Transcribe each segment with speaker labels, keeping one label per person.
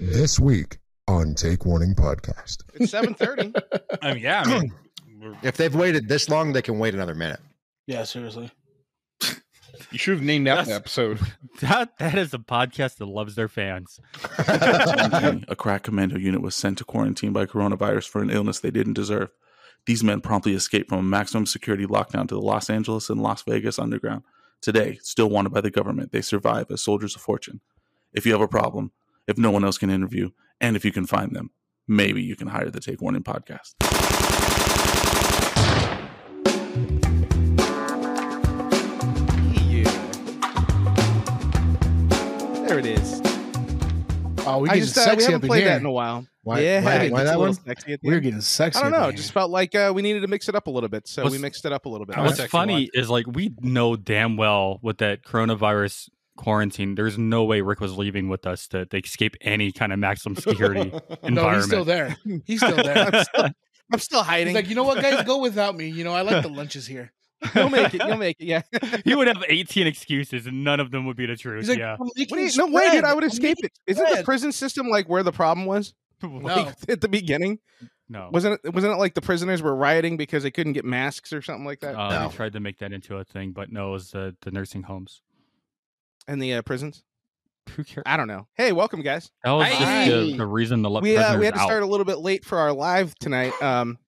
Speaker 1: this week on Take Warning Podcast.
Speaker 2: It's seven thirty.
Speaker 3: Um, yeah, I mean, we're-
Speaker 4: If they've waited this long, they can wait another minute.
Speaker 2: yeah, seriously.
Speaker 5: You should have named that
Speaker 3: That's-
Speaker 5: episode.
Speaker 6: That that is a podcast that loves their fans.
Speaker 7: a crack commando unit was sent to quarantine by coronavirus for an illness they didn't deserve. These men promptly escaped from a maximum security lockdown to the Los Angeles and Las Vegas underground. Today, still wanted by the government, they survive as soldiers of fortune. If you have a problem, if no one else can interview, and if you can find them, maybe you can hire the Take Warning podcast.
Speaker 2: There it is.
Speaker 5: Oh, we
Speaker 2: I
Speaker 5: getting
Speaker 2: just uh, we
Speaker 5: sexy
Speaker 2: haven't
Speaker 5: up in
Speaker 2: played
Speaker 5: here.
Speaker 2: that in a while.
Speaker 4: Why,
Speaker 2: yeah,
Speaker 4: why,
Speaker 2: it
Speaker 4: why
Speaker 2: gets a
Speaker 4: that one?
Speaker 2: little sexy at the
Speaker 5: We're
Speaker 2: end.
Speaker 5: getting sexy.
Speaker 2: I don't
Speaker 5: up in
Speaker 2: know,
Speaker 5: here.
Speaker 2: just felt like uh, we needed to mix it up a little bit, so we
Speaker 6: What's-
Speaker 2: mixed it up a little bit.
Speaker 3: I
Speaker 6: What's
Speaker 3: actually
Speaker 6: funny is like we know damn well with that coronavirus quarantine, there's no way Rick was leaving with us to, to escape any kind of maximum security
Speaker 5: No, he's still
Speaker 6: environment.
Speaker 5: there. He's still there.
Speaker 2: I'm still, I'm still hiding.
Speaker 5: He's like, you know what, guys, go without me. You know, I like the lunches here.
Speaker 2: you'll make it. You'll make it. Yeah.
Speaker 6: he would have 18 excuses and none of them would be the truth.
Speaker 5: He's like,
Speaker 6: yeah.
Speaker 5: "I'm making
Speaker 2: What do you- no way, dude!
Speaker 5: spread.
Speaker 2: I would
Speaker 5: I'm
Speaker 2: escape
Speaker 5: making
Speaker 2: it. Isn't the
Speaker 5: spread."
Speaker 2: prison system like where the problem was? Like, at the beginning,
Speaker 6: No.
Speaker 2: wasn't it? Wasn't it like the prisoners were rioting because they couldn't get masks or something like that?
Speaker 6: Uh,
Speaker 4: No.
Speaker 6: They tried to make that into a thing, but no, it was the, the nursing homes.
Speaker 2: and the uh, prisons.
Speaker 6: Who cares?
Speaker 2: I don't know. Hey, welcome, guys.
Speaker 6: That was just
Speaker 5: Aye.
Speaker 6: the, the reason to let
Speaker 2: we uh, we
Speaker 6: prisoners
Speaker 2: had to
Speaker 6: out.
Speaker 2: start a little bit late for our live tonight, um,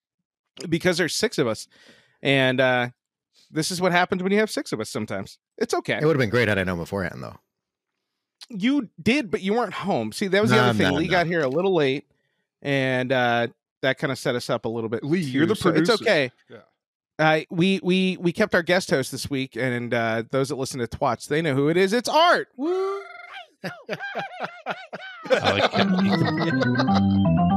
Speaker 2: because there's six of us, and uh, this is what happens when you have six of us. Sometimes it's okay.
Speaker 4: It would have been great had I known beforehand, though.
Speaker 2: you did, but you weren't home. See, that was the
Speaker 4: No,
Speaker 2: other thing.
Speaker 4: no,
Speaker 2: Lee
Speaker 4: no.
Speaker 2: got here a little late, and uh, that kind of set us up a little bit.
Speaker 5: Lee,
Speaker 2: here,
Speaker 5: you're the
Speaker 2: so It's
Speaker 5: producer.
Speaker 2: okay.
Speaker 5: Yeah.
Speaker 2: Uh, we we we kept our guest host this week, and uh, those that listen to Twats, they know who it is. It's Art. Woo!
Speaker 6: I like that.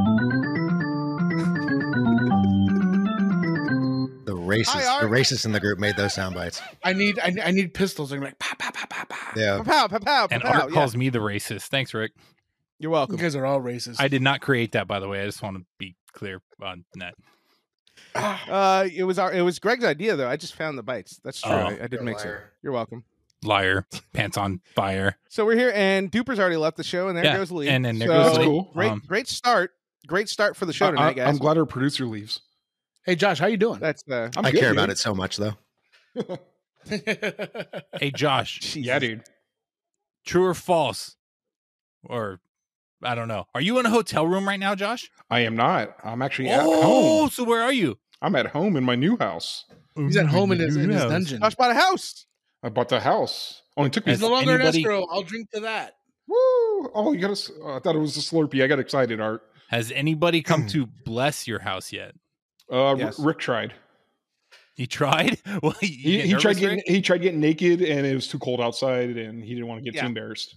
Speaker 4: The racist,
Speaker 2: Hi,
Speaker 4: the
Speaker 2: Art.
Speaker 4: racist in the group made those sound bites.
Speaker 5: I need, I, I need pistols. I'm like, pa pa pa pa pa.
Speaker 4: Yeah,
Speaker 2: Pow, pow, pow,
Speaker 3: and
Speaker 2: pow,
Speaker 3: Art
Speaker 2: yeah.
Speaker 3: calls me the racist. Thanks, Rick.
Speaker 2: You're
Speaker 5: You
Speaker 2: welcome.
Speaker 5: guys are all racist.
Speaker 3: I did not create that, by the way. I just want to be clear on that.
Speaker 2: Uh, it was our it was Greg's idea though. I just found the bites. That's true.
Speaker 3: Oh,
Speaker 2: I, I did mix it. You're welcome.
Speaker 3: Liar, pants on fire.
Speaker 2: So we're here, and Duper's already left the show, and there
Speaker 3: Yeah,
Speaker 2: goes Lee.
Speaker 3: and then there
Speaker 2: So,
Speaker 3: goes Lee.
Speaker 5: cool.
Speaker 2: Great,
Speaker 3: Um,
Speaker 2: great start. Great start for the show
Speaker 5: I,
Speaker 2: tonight, guys.
Speaker 5: am glad our producer leaves. Hey, Josh, how you doing?
Speaker 2: That's the
Speaker 5: I'm
Speaker 4: I
Speaker 5: good,
Speaker 4: care
Speaker 5: dude.
Speaker 4: about it so much, though.
Speaker 3: Hey, Josh,
Speaker 5: yeah, dude.
Speaker 3: true or false? Or I don't know. Are you in a hotel room right now, Josh?
Speaker 5: I am not. I'm actually at
Speaker 3: Oh,
Speaker 5: home.
Speaker 3: so where are you?
Speaker 5: I'm at home in my new house. He's at home in his, in his dungeon.
Speaker 2: Josh bought a house.
Speaker 5: I bought the house. Only took me.
Speaker 3: Has anybody-
Speaker 8: I'll drink to that.
Speaker 5: Woo! Oh, you got to. I thought it was a Slurpee. I got excited. Art.
Speaker 3: Has anybody come to bless your house yet?
Speaker 5: Uh, R-
Speaker 2: Yes.
Speaker 5: Rick tried.
Speaker 3: He tried. Well, you
Speaker 5: He,
Speaker 3: get
Speaker 5: he tried
Speaker 3: nervous,
Speaker 5: getting.
Speaker 3: Rick?
Speaker 5: He tried getting naked, and it was too cold outside, and he didn't want to get
Speaker 2: Yeah.
Speaker 5: too embarrassed.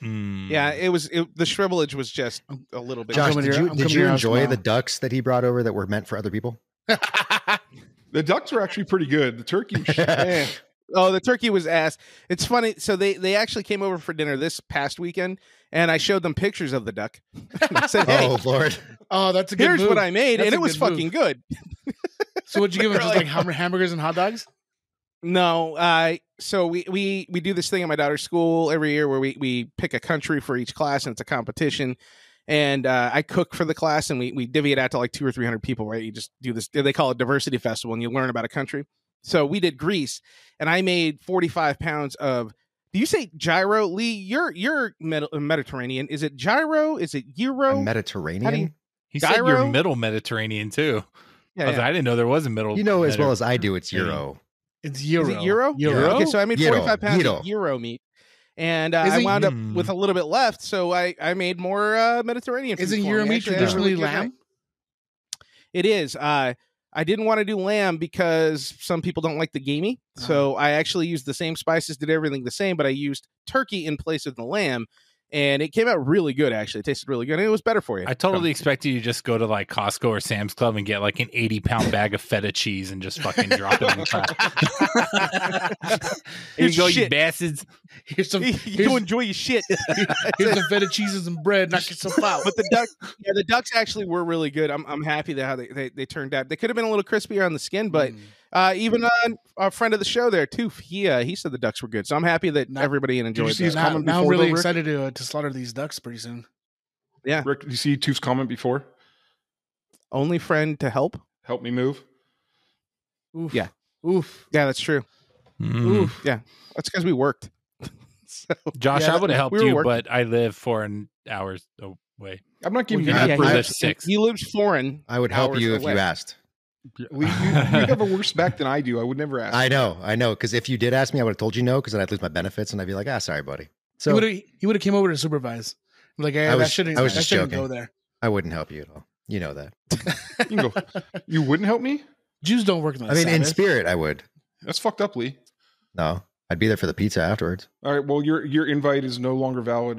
Speaker 3: Hmm.
Speaker 2: Yeah, it was it, the shrivelage was just a little bit.
Speaker 4: Josh,
Speaker 5: coming
Speaker 4: did
Speaker 5: to
Speaker 4: you
Speaker 5: your- I'm coming
Speaker 4: did
Speaker 5: to
Speaker 4: you
Speaker 5: your house
Speaker 4: enjoy the
Speaker 5: tomorrow.
Speaker 4: ducks that he brought over that were meant for other people?
Speaker 5: The ducks were actually pretty good. The turkey, was- eh.
Speaker 2: Oh, the turkey was ass. It's funny. So they they actually came over for dinner this past weekend, and I showed them pictures of the duck. I said, "Hey,
Speaker 4: Oh Lord,
Speaker 8: Oh, that's a good
Speaker 2: here's
Speaker 8: move.
Speaker 2: what I made,
Speaker 8: That's
Speaker 2: and
Speaker 8: a
Speaker 2: it was
Speaker 8: good move.
Speaker 2: fucking good."
Speaker 8: So what'd you give him? Just
Speaker 2: Really?
Speaker 8: like ham- hamburgers and hot dogs?
Speaker 2: No, uh, so we, we we do this thing at my daughter's school every year where we we pick a country for each class and it's a competition, and uh, I cook for the class and we we divvy it out to like two or three hundred people, right? You just do this. They call it diversity festival, and you learn about a country. So we did Greece, and I made forty five pounds of. Do you say gyro, Lee? You're you're Med- Mediterranean. Is it gyro? Is it
Speaker 4: A
Speaker 2: euro?
Speaker 4: Mediterranean.
Speaker 3: He said you're
Speaker 2: Gyro?
Speaker 3: middle Mediterranean too. I,
Speaker 2: Yeah,
Speaker 3: was like,
Speaker 2: yeah.
Speaker 3: I didn't know there was a middle.
Speaker 4: You know as well
Speaker 3: Medi-
Speaker 4: as I do, it's
Speaker 3: Euro.
Speaker 4: euro.
Speaker 8: It's euro.
Speaker 2: Is it euro?
Speaker 8: Euro.
Speaker 2: Okay, so I made
Speaker 4: Gyro.
Speaker 2: 45 pounds
Speaker 4: Gyro.
Speaker 2: of gyro meat, and uh,
Speaker 8: Is
Speaker 2: I
Speaker 8: it-
Speaker 2: wound up
Speaker 3: Hmm.
Speaker 2: with a little bit left, so I, I made more uh, Mediterranean. food
Speaker 8: Isn't
Speaker 2: for
Speaker 8: euro
Speaker 2: me.
Speaker 8: meat
Speaker 2: Actually, I had a
Speaker 8: traditionally
Speaker 2: really good night.
Speaker 8: lamb?
Speaker 2: It is. Uh, I didn't want to do lamb because some people don't like the gamey,
Speaker 8: Uh-huh.
Speaker 2: so I actually used the same spices, did everything the same, but I used turkey in place of the lamb, and it came out really good. Actually, it tasted really good, and it was better for you.
Speaker 3: I totally expected you to just go to like Costco or Sam's Club and get like an 80 pound bag of feta cheese and just fucking drop it in class. Here
Speaker 2: It's
Speaker 3: you go, you
Speaker 2: shit.
Speaker 3: bastards.
Speaker 8: Here's some.
Speaker 2: you
Speaker 8: Here's,
Speaker 2: enjoy your shit.
Speaker 8: here's some feta cheeses and bread. Knock yourself out.
Speaker 2: but the duck, yeah, the ducks actually were really good. I'm, I'm happy that how they, they, they turned out. They could have been a little crispier on the skin, but
Speaker 8: Mm.
Speaker 2: uh, even uh, our friend of the show there too, he uh, he said the ducks were good. So I'm happy that
Speaker 8: Now-
Speaker 2: everybody
Speaker 5: Did you
Speaker 2: enjoyed
Speaker 5: see his
Speaker 2: that.
Speaker 5: comment
Speaker 8: now, now I'm
Speaker 5: before,
Speaker 8: really
Speaker 5: though, Rick?
Speaker 8: excited to uh, to slaughter these ducks pretty soon.
Speaker 2: Yeah.
Speaker 5: Rick, you see Tuke's comment before?
Speaker 2: Only friend to help.
Speaker 5: Help me move.
Speaker 8: Oof.
Speaker 2: Yeah.
Speaker 8: Oof.
Speaker 2: Yeah, that's true.
Speaker 3: Mm.
Speaker 8: Oof.
Speaker 2: That's because we worked. so
Speaker 3: Josh,
Speaker 2: Yeah,
Speaker 3: I would have helped
Speaker 2: we were
Speaker 3: you,
Speaker 2: working-
Speaker 3: but I live four an- hours away.
Speaker 5: I'm not giving
Speaker 3: Well,
Speaker 5: you
Speaker 3: yeah,
Speaker 5: that
Speaker 3: yeah,
Speaker 5: break.
Speaker 3: lives six.
Speaker 2: He lives foreign.
Speaker 4: I would help
Speaker 2: Hours
Speaker 4: you if
Speaker 2: away.
Speaker 4: you asked.
Speaker 5: We- you, you have a worse back than I do. I would never ask.
Speaker 4: I know, I know. Because if you did ask me, I would have told you no. Because then I'd lose my benefits, and I'd be like, ah, sorry, buddy.
Speaker 8: he
Speaker 4: So
Speaker 8: would have he would have came over to supervise. Like
Speaker 4: I
Speaker 8: I,
Speaker 4: was-
Speaker 8: that shouldn't.
Speaker 4: I
Speaker 8: I
Speaker 4: was
Speaker 8: that
Speaker 4: just
Speaker 8: shouldn't
Speaker 4: joking.
Speaker 8: go there.
Speaker 4: I wouldn't help you at all. You know that.
Speaker 5: You, can go, you wouldn't help me?
Speaker 8: Jews don't work on the
Speaker 4: I mean, in
Speaker 8: Sabbath.
Speaker 4: spirit, I would.
Speaker 5: That's fucked up, Lee.
Speaker 4: No, I'd be there for the pizza afterwards.
Speaker 5: All right. Well, your your invite is no longer valid.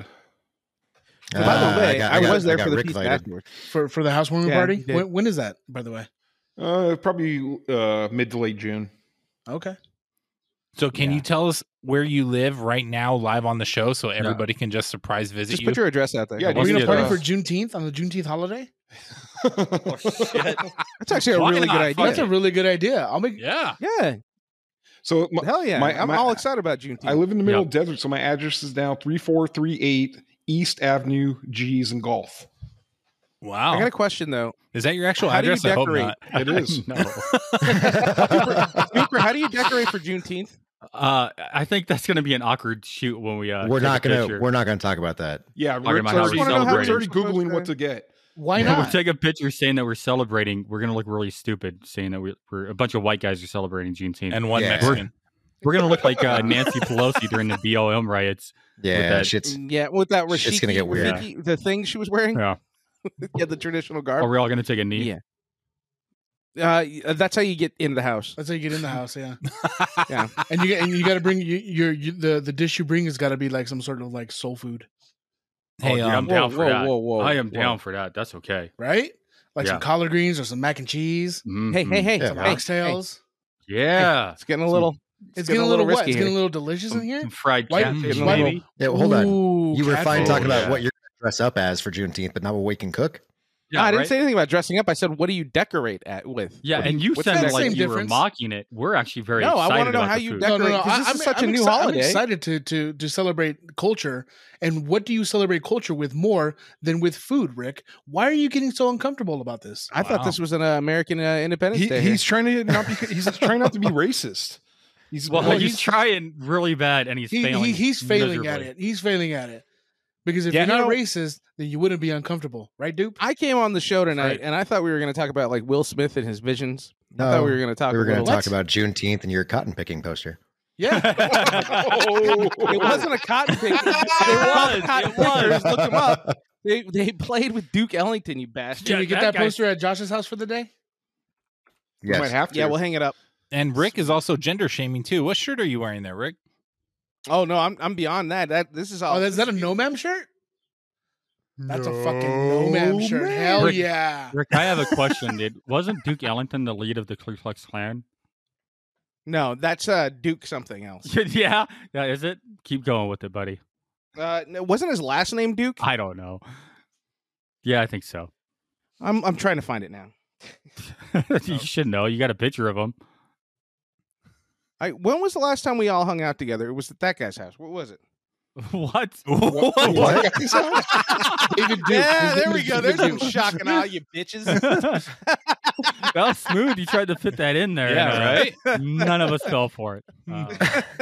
Speaker 2: By the
Speaker 4: Ah,
Speaker 2: way, I,
Speaker 4: got- got-
Speaker 2: was there
Speaker 4: got
Speaker 2: for the
Speaker 4: Rick
Speaker 2: piece
Speaker 4: Vited.
Speaker 2: afterwards.
Speaker 8: for for the housewarming
Speaker 2: Yeah,
Speaker 8: party.
Speaker 2: he did.
Speaker 8: When, when is that, by the way?
Speaker 5: Uh, probably uh, mid to late June.
Speaker 8: Okay.
Speaker 3: So, can
Speaker 8: Yeah.
Speaker 3: you tell us where you live right now, live on the show, so everybody can just surprise visit
Speaker 2: Just
Speaker 3: you?
Speaker 2: put your address out there.
Speaker 5: Yeah,
Speaker 8: Are we
Speaker 5: dude,
Speaker 8: gonna
Speaker 5: yeah,
Speaker 8: party
Speaker 5: uh,
Speaker 8: for Juneteenth on the Juneteenth holiday?
Speaker 2: That's actually a
Speaker 3: Why
Speaker 2: really
Speaker 3: not?
Speaker 2: good
Speaker 3: Fuck
Speaker 2: idea.
Speaker 8: That's a really good idea. I'll make
Speaker 3: yeah.
Speaker 2: Yeah,
Speaker 5: so my,
Speaker 2: hell yeah!
Speaker 5: My-
Speaker 2: I'm
Speaker 5: my-
Speaker 2: all excited about Juneteenth.
Speaker 5: I live in the middle of desert, so my address is now three four three eight East Avenue G's in Golf.
Speaker 3: Wow.
Speaker 2: I got a question though.
Speaker 3: Is that your actual
Speaker 2: How do you
Speaker 3: address? I hope not.
Speaker 5: It is.
Speaker 3: no.
Speaker 2: Cooper, how do you decorate for Juneteenth?
Speaker 6: Uh, I think that's going to be an awkward shoot when we. Uh,
Speaker 4: we're
Speaker 6: take a
Speaker 4: not gonna
Speaker 6: picture.
Speaker 4: we're not gonna talk about that.
Speaker 5: Yeah,
Speaker 6: Talking
Speaker 5: Rick's
Speaker 6: about how
Speaker 5: already,
Speaker 6: we
Speaker 5: Rick's
Speaker 6: celebrate.
Speaker 5: already googling what to get.
Speaker 8: why
Speaker 6: If we
Speaker 8: not?
Speaker 6: take a picture saying that we're celebrating, we're gonna look really stupid saying that we're, we're a bunch of white guys are celebrating Juneteenth.
Speaker 3: And one
Speaker 4: Yeah.
Speaker 3: Mexican.
Speaker 6: we're gonna look like uh, Nancy Pelosi during the BLM riots.
Speaker 4: Yeah,
Speaker 6: that-
Speaker 4: shit's
Speaker 2: Mm, Yeah, with that
Speaker 4: It's
Speaker 2: Rashiki,
Speaker 4: gonna get weird.
Speaker 2: Rashiki- the thing she was wearing.
Speaker 6: Yeah.
Speaker 2: yeah, the traditional
Speaker 6: Are
Speaker 2: garb.
Speaker 6: we all gonna take a knee?
Speaker 2: Yeah.
Speaker 6: Oh.
Speaker 2: Uh, that's how you get into the house.
Speaker 8: That's how you get in the house, yeah.
Speaker 2: Yeah.
Speaker 8: and you and you got to bring you, your you, the the dish you bring has got to be like some sort of like soul food,
Speaker 6: Oh,
Speaker 3: Hey,
Speaker 6: dude,
Speaker 3: um,
Speaker 6: I'm down for
Speaker 2: whoa,
Speaker 6: that.
Speaker 2: whoa, whoa,
Speaker 6: I am
Speaker 2: whoa.
Speaker 6: down for that. That's okay.
Speaker 8: right? Like some
Speaker 6: Yeah.
Speaker 8: collard greens or some mac and cheese,
Speaker 2: Hey, hey, hey,
Speaker 4: Yeah,
Speaker 2: hey,
Speaker 8: some
Speaker 2: hey,
Speaker 8: oxtails.
Speaker 6: Mm-hmm. Yeah.
Speaker 2: It's getting a little.
Speaker 8: It's, getting, a little, what?
Speaker 2: risky
Speaker 8: It's getting
Speaker 2: here.
Speaker 8: a little delicious in here.
Speaker 6: Some fried
Speaker 8: Why-
Speaker 6: catfish,
Speaker 2: why-
Speaker 6: maybe.
Speaker 4: yeah, well, hold on.
Speaker 8: Ooh,
Speaker 4: You were fine
Speaker 8: catfish.
Speaker 4: talking about
Speaker 6: yeah.
Speaker 4: what you're gonna dress up as for Juneteenth, but not what we can cook.
Speaker 6: Yeah,
Speaker 2: No, I didn't
Speaker 6: right?
Speaker 2: say anything about dressing up. I said, what do you decorate at with?
Speaker 6: Yeah,
Speaker 2: What do
Speaker 6: and you
Speaker 2: what's
Speaker 6: sound
Speaker 8: that
Speaker 6: like
Speaker 8: same
Speaker 6: you were
Speaker 8: difference?
Speaker 6: mocking it. We're actually very
Speaker 2: No, I
Speaker 6: excited
Speaker 2: wanna know
Speaker 6: about
Speaker 2: how
Speaker 6: the
Speaker 2: you
Speaker 6: food.
Speaker 2: decorate-
Speaker 8: No, no, no.
Speaker 2: 'cause
Speaker 8: I,
Speaker 2: this is
Speaker 8: I'm,
Speaker 2: such a
Speaker 8: I'm
Speaker 2: new
Speaker 8: exci-
Speaker 2: holiday.
Speaker 8: I'm excited to to to celebrate culture. And what do you celebrate culture with more than with food, Rick? Why are you getting so uncomfortable about this?
Speaker 2: I thought
Speaker 3: Wow.
Speaker 2: this was an uh, American uh, Independence
Speaker 5: He,
Speaker 2: Day.
Speaker 5: he's trying to not be. He's trying not to be racist. He's
Speaker 6: Well,
Speaker 5: like,
Speaker 6: he's trying really bad, and he's
Speaker 8: He,
Speaker 6: failing.
Speaker 8: he he's failing at
Speaker 6: miserably.
Speaker 8: it. He's failing at it. Because if
Speaker 2: Yeah,
Speaker 8: you're not
Speaker 2: you know-
Speaker 8: racist, then you wouldn't be uncomfortable, right, Dupe?
Speaker 2: I came on the show tonight,
Speaker 6: right.
Speaker 2: and I thought we were going to talk about like Will Smith and his visions. I
Speaker 4: No,
Speaker 2: thought we were going to talk.
Speaker 4: we were
Speaker 2: a
Speaker 4: gonna
Speaker 2: little-
Speaker 4: talk about Juneteenth and your cotton picking poster.
Speaker 8: Yeah.
Speaker 2: It wasn't a cotton pick. they were all
Speaker 6: It was,
Speaker 2: cotton
Speaker 6: it was.
Speaker 2: pickers. Look them up. They they played with Duke Ellington, you bastard.
Speaker 8: Did we get
Speaker 6: that
Speaker 8: that,
Speaker 6: guy's-
Speaker 8: poster at Josh's house for the day?
Speaker 5: you might
Speaker 4: Yes.
Speaker 5: have to.
Speaker 2: Yeah, we'll hang it up.
Speaker 3: and Rick is also gender shaming too. What shirt are you wearing there, Rick?
Speaker 2: Oh no, I'm I'm beyond that. That this is all.
Speaker 8: Oh, is that a no ma'am shirt? That's a fucking no ma'am shirt. Hell
Speaker 6: Rick-
Speaker 8: yeah.
Speaker 6: Rick, I have a question. Did wasn't Duke Ellington the lead of the Ku Klux Klan?
Speaker 2: no, that's uh Duke something else.
Speaker 6: yeah, yeah. Is it? Keep going with it, buddy.
Speaker 2: Uh, no, wasn't his last name Duke?
Speaker 6: I don't know. Yeah, I think so.
Speaker 2: I'm I'm trying to find it now.
Speaker 6: you should know. You got a picture of him.
Speaker 2: I when was the last time we all hung out together? It was at that guy's house. What was it?
Speaker 6: What?
Speaker 5: What?
Speaker 8: David Duke.
Speaker 2: Yeah,
Speaker 8: His
Speaker 2: there
Speaker 8: name
Speaker 2: we
Speaker 8: is
Speaker 2: go. There's
Speaker 8: David
Speaker 2: some
Speaker 8: Duke.
Speaker 2: shock and awe, you bitches.
Speaker 6: that was smooth. You tried to fit that in there.
Speaker 3: Yeah,
Speaker 6: and, uh, None of us fell for it. Uh,
Speaker 2: uh,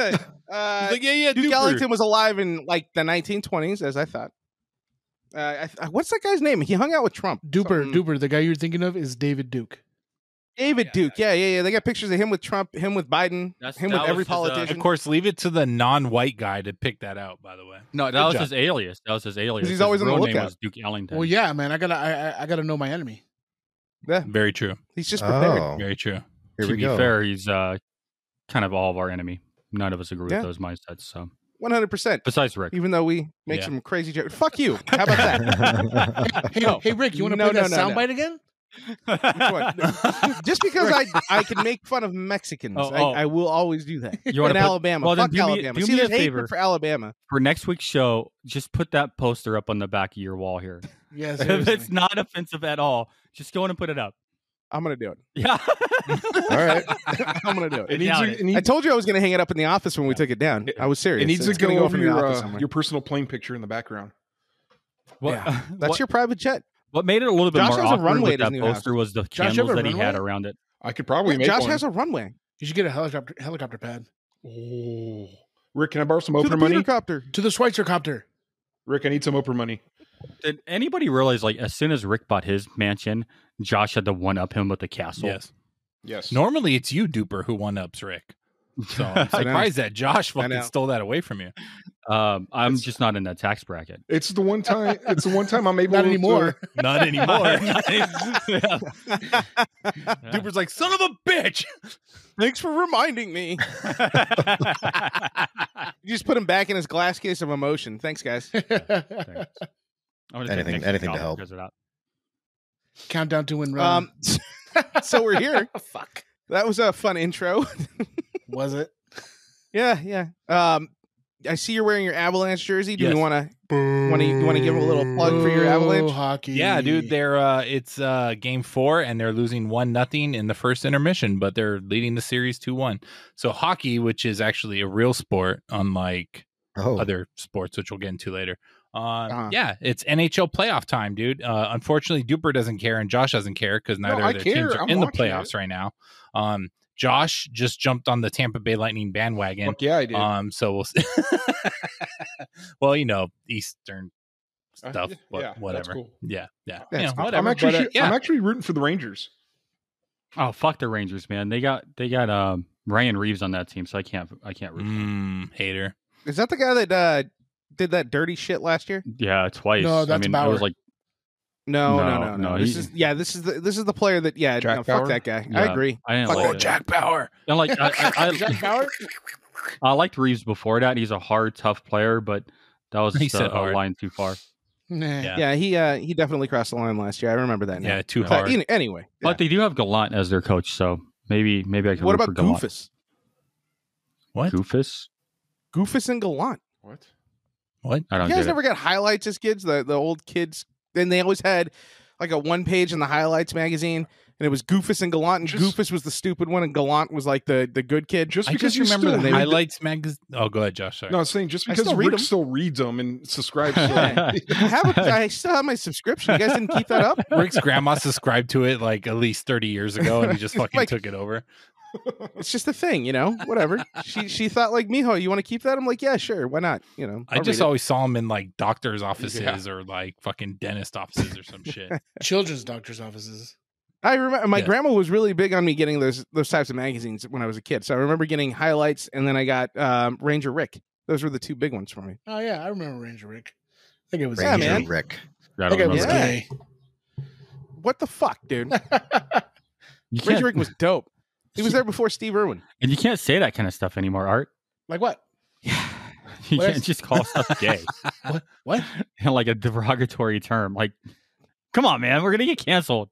Speaker 3: He's like, yeah, yeah,
Speaker 2: Duke
Speaker 3: Duper.
Speaker 2: Ellington was alive in like the 1920s, as I thought. Uh, I, I, what's that guy's name? He hung out with Trump.
Speaker 8: Duper,
Speaker 2: Something-
Speaker 8: Duper, the guy you're thinking of is David Duke.
Speaker 2: David Duke. Yeah, yeah, yeah. They got pictures of him with Trump, him with Biden,
Speaker 6: That's-
Speaker 2: him
Speaker 6: that
Speaker 2: with every
Speaker 6: was his, uh, of
Speaker 2: politician.
Speaker 3: Of course, leave it to the non-white guy to pick that out. By the way,
Speaker 6: no, that
Speaker 3: Good
Speaker 6: was
Speaker 3: job.
Speaker 6: his alias. That was his alias.
Speaker 2: he's
Speaker 6: His
Speaker 2: always on the
Speaker 6: real name
Speaker 2: lookout.
Speaker 6: was Duke Ellington.
Speaker 8: Well, yeah, man. I gotta I, I, I gotta know my enemy.
Speaker 3: very true,
Speaker 2: He's just prepared.
Speaker 4: Oh,
Speaker 3: very true.
Speaker 4: here
Speaker 6: to
Speaker 4: we
Speaker 6: be
Speaker 4: go.
Speaker 6: fair, he's uh, kind of all of our enemy. None of us agree
Speaker 2: Yeah.
Speaker 6: with those mindsets. So,
Speaker 2: 100%.
Speaker 6: besides Rick,
Speaker 2: Even though we make
Speaker 3: Yeah.
Speaker 2: some crazy jokes. Fuck you. How about that?
Speaker 8: Hey,
Speaker 2: No.
Speaker 8: hey Rick, you wanna
Speaker 2: No,
Speaker 8: play
Speaker 2: no,
Speaker 8: that
Speaker 2: no, no.
Speaker 8: soundbite again?
Speaker 2: one? just because I, I can make fun of Mexicans,
Speaker 6: Oh,
Speaker 2: I,
Speaker 6: oh.
Speaker 2: I will always do that.
Speaker 6: you
Speaker 2: In
Speaker 6: want to put,
Speaker 2: Alabama.
Speaker 6: well, then
Speaker 2: Fuck
Speaker 6: do me-
Speaker 2: Alabama.
Speaker 6: do
Speaker 2: See,
Speaker 6: me a
Speaker 2: there's hatred
Speaker 6: favor.
Speaker 2: for Alabama.
Speaker 6: for next week's show? Just put that poster up on the back of your wall here.
Speaker 8: Yes.
Speaker 6: if it's not offensive at all, just go in and put it up.
Speaker 2: I'm going to do it.
Speaker 6: Yeah.
Speaker 4: All right.
Speaker 2: I'm going to do it.
Speaker 5: It needs,
Speaker 6: doubt
Speaker 5: to,
Speaker 6: it.
Speaker 5: it needs,
Speaker 2: I told you I was going to hang it up in the office when we took it down.
Speaker 5: It-
Speaker 2: I was serious.
Speaker 5: it needs to
Speaker 2: It's
Speaker 5: go
Speaker 2: gonna
Speaker 5: over
Speaker 2: from the
Speaker 5: your
Speaker 2: office
Speaker 5: uh,
Speaker 2: somewhere.
Speaker 5: your personal plane picture in the background.
Speaker 6: What,
Speaker 2: Yeah. That's
Speaker 6: what,
Speaker 2: your private jet.
Speaker 6: what made it a little bit
Speaker 2: Josh
Speaker 6: more
Speaker 2: has a
Speaker 6: awkward
Speaker 2: runway at
Speaker 6: with
Speaker 2: his
Speaker 6: that
Speaker 2: new house.
Speaker 6: poster was the
Speaker 8: Josh, you have
Speaker 6: candles
Speaker 8: a
Speaker 6: that he had
Speaker 8: runway?
Speaker 6: around it.
Speaker 5: I could probably make
Speaker 2: Josh
Speaker 5: one.
Speaker 2: has a runway
Speaker 8: You should get a helicopter helicopter pad
Speaker 5: Oh. Rick, can I borrow some
Speaker 2: to the
Speaker 5: Oprah money?
Speaker 2: helicopter.
Speaker 8: to the Schweitzer copter.
Speaker 5: Rick, I need some Oprah money.
Speaker 6: Did anybody realize like as soon as Rick bought his mansion, Josh had to one up him with the castle?
Speaker 3: Yes.
Speaker 5: Yes.
Speaker 3: Normally it's you, Duper, who one ups Rick. So I'm
Speaker 2: I know.
Speaker 3: surprised that Josh
Speaker 2: I know.
Speaker 3: fucking stole that away from you.
Speaker 6: Um, I'm just not in that tax bracket.
Speaker 5: It's the one time. It's the one time I'm able.
Speaker 8: Not
Speaker 5: to-
Speaker 8: anymore.
Speaker 3: Not anymore.
Speaker 6: Yeah.
Speaker 3: Duper's like, son of a bitch.
Speaker 2: Thanks for reminding me. You just put him back in his glass case of emotion. Thanks, guys.
Speaker 6: Thanks. I'm gonna take
Speaker 4: Anything-
Speaker 6: Nick's
Speaker 4: anything to
Speaker 6: job
Speaker 4: help.
Speaker 6: because of that.
Speaker 8: Countdown to win round.
Speaker 2: Um, so we're here.
Speaker 8: Fuck.
Speaker 2: That was a fun intro.
Speaker 8: Was it?
Speaker 2: yeah, yeah. Um, I see you're wearing your Avalanche jersey. Do
Speaker 3: Yes.
Speaker 2: you want to want to you want to give a little plug for your
Speaker 8: Boo
Speaker 2: Avalanche?
Speaker 8: hockey.
Speaker 3: Yeah, dude, they're uh it's uh game 4 and they're losing 1 nothing in the first intermission, but they're leading the series 2-1. So hockey, which is actually a real sport unlike
Speaker 4: Oh,
Speaker 3: other sports which we'll get into later. Uh,
Speaker 2: Uh-huh.
Speaker 3: yeah, it's NHL playoff time, dude. Uh, unfortunately Duper doesn't care and Josh doesn't care cuz
Speaker 5: No,
Speaker 3: neither
Speaker 5: I
Speaker 3: of their teams
Speaker 5: care.
Speaker 3: are
Speaker 5: I'm
Speaker 3: in the
Speaker 5: watching it.
Speaker 3: playoffs right now. Um Josh just jumped on the Tampa Bay Lightning bandwagon.
Speaker 5: Fuck yeah, I did.
Speaker 3: Um, so we'll see. well, you know, Eastern
Speaker 5: Uh,
Speaker 3: stuff,
Speaker 5: yeah,
Speaker 3: what,
Speaker 5: yeah, that's
Speaker 3: whatever.
Speaker 5: cool.
Speaker 3: Yeah, yeah,
Speaker 2: That's
Speaker 3: you know,
Speaker 2: cool.
Speaker 3: whatever.
Speaker 5: I'm actually,
Speaker 3: but, uh,
Speaker 5: shoo-
Speaker 3: yeah.
Speaker 5: I'm actually rooting for the Rangers.
Speaker 6: Oh fuck the Rangers, man. They got they got um Ryan Reeves on that team, so I can't I can't root. for them.
Speaker 3: Mm, hater.
Speaker 2: Is that the guy that uh, did that dirty shit last year?
Speaker 6: Yeah, twice.
Speaker 8: No,
Speaker 6: I
Speaker 8: that's
Speaker 6: mean, it
Speaker 8: Bauer.
Speaker 6: was like
Speaker 2: No, no,
Speaker 6: No,
Speaker 2: no, no.
Speaker 6: no,
Speaker 2: this
Speaker 6: he-
Speaker 2: is yeah. This is the this is the player that yeah.
Speaker 5: Jack
Speaker 2: no, fuck
Speaker 5: Bauer?
Speaker 2: that guy. I
Speaker 6: Yeah.
Speaker 2: agree.
Speaker 6: I didn't
Speaker 2: Fuck
Speaker 6: like
Speaker 2: all
Speaker 6: it.
Speaker 3: Jack Power.
Speaker 6: And like I, I, I,
Speaker 8: Bauer?
Speaker 6: I liked Reeves before that. He's a hard, tough player, but that was
Speaker 3: He
Speaker 6: just
Speaker 3: said
Speaker 6: a, a
Speaker 3: hard.
Speaker 6: line too far.
Speaker 8: Nah.
Speaker 5: Eh,
Speaker 3: Yeah.
Speaker 2: Yeah, he uh he definitely crossed the line last year. I remember that.
Speaker 3: Yeah,
Speaker 2: Now.
Speaker 3: too
Speaker 6: Yeah.
Speaker 2: But
Speaker 3: hard.
Speaker 2: en- anyway,
Speaker 6: But they do have Gallant as their coach, so maybe maybe I
Speaker 2: yeah.
Speaker 6: can.
Speaker 2: what
Speaker 6: root
Speaker 2: about
Speaker 6: for Gallant.
Speaker 2: Goofus?
Speaker 3: what?
Speaker 6: Goofus?
Speaker 2: Goofus and Gallant.
Speaker 5: What?
Speaker 3: What?
Speaker 6: I
Speaker 2: You guys
Speaker 6: don't get it.
Speaker 2: never got highlights as kids. The the old kids. Then they always had like a one page in the highlights magazine, and it was Goofus and Gallant, and
Speaker 5: Just-
Speaker 2: Goofus was the stupid one, and Gallant was like the the good kid.
Speaker 5: Just
Speaker 3: I
Speaker 5: because
Speaker 3: just
Speaker 5: you
Speaker 3: remember
Speaker 5: still
Speaker 3: the
Speaker 5: read the-
Speaker 3: highlights magazine. Oh, go ahead, Josh. Sorry.
Speaker 5: No, I was saying just
Speaker 2: I
Speaker 5: because
Speaker 2: still read
Speaker 5: Rick
Speaker 2: them.
Speaker 5: still reads them and subscribes. to them.
Speaker 2: I have a, I still have my subscription. You guys didn't keep that up.
Speaker 3: Rick's grandma subscribed to it like at least 30 years ago and he just
Speaker 2: It's
Speaker 3: fucking
Speaker 2: like-
Speaker 3: took it over.
Speaker 2: It's just a thing, you know. Whatever. She she thought like Miho, you want to keep that? I'm like, yeah, sure. Why not? You know.
Speaker 3: I
Speaker 2: I'll
Speaker 3: just
Speaker 2: read it.
Speaker 3: always saw him in like doctor's offices or like fucking dentist offices or some shit.
Speaker 8: Children's doctor's offices.
Speaker 2: I remember my
Speaker 3: Yeah.
Speaker 2: grandma was really big on me getting those those types of magazines when I was a kid. So I remember getting highlights, and then I got um, Ranger Rick. Those were the two big ones for me.
Speaker 8: Oh yeah, I remember Ranger Rick. I think it was
Speaker 2: Yeah,
Speaker 8: Ranger.
Speaker 2: man.
Speaker 4: Rick.
Speaker 6: I
Speaker 8: I
Speaker 6: don't
Speaker 8: think I was
Speaker 6: remember.
Speaker 2: Yeah.
Speaker 8: gay.
Speaker 2: What the fuck, dude?
Speaker 6: You can't-
Speaker 2: Ranger Rick was dope. He was there before Steve Irwin.
Speaker 6: and you can't say that kind of stuff anymore, Art.
Speaker 8: like what?
Speaker 6: You
Speaker 8: What
Speaker 6: can't
Speaker 8: else?
Speaker 6: just call stuff gay.
Speaker 8: What? What?
Speaker 6: And like a derogatory term. Like, come on, man. We're going to get canceled.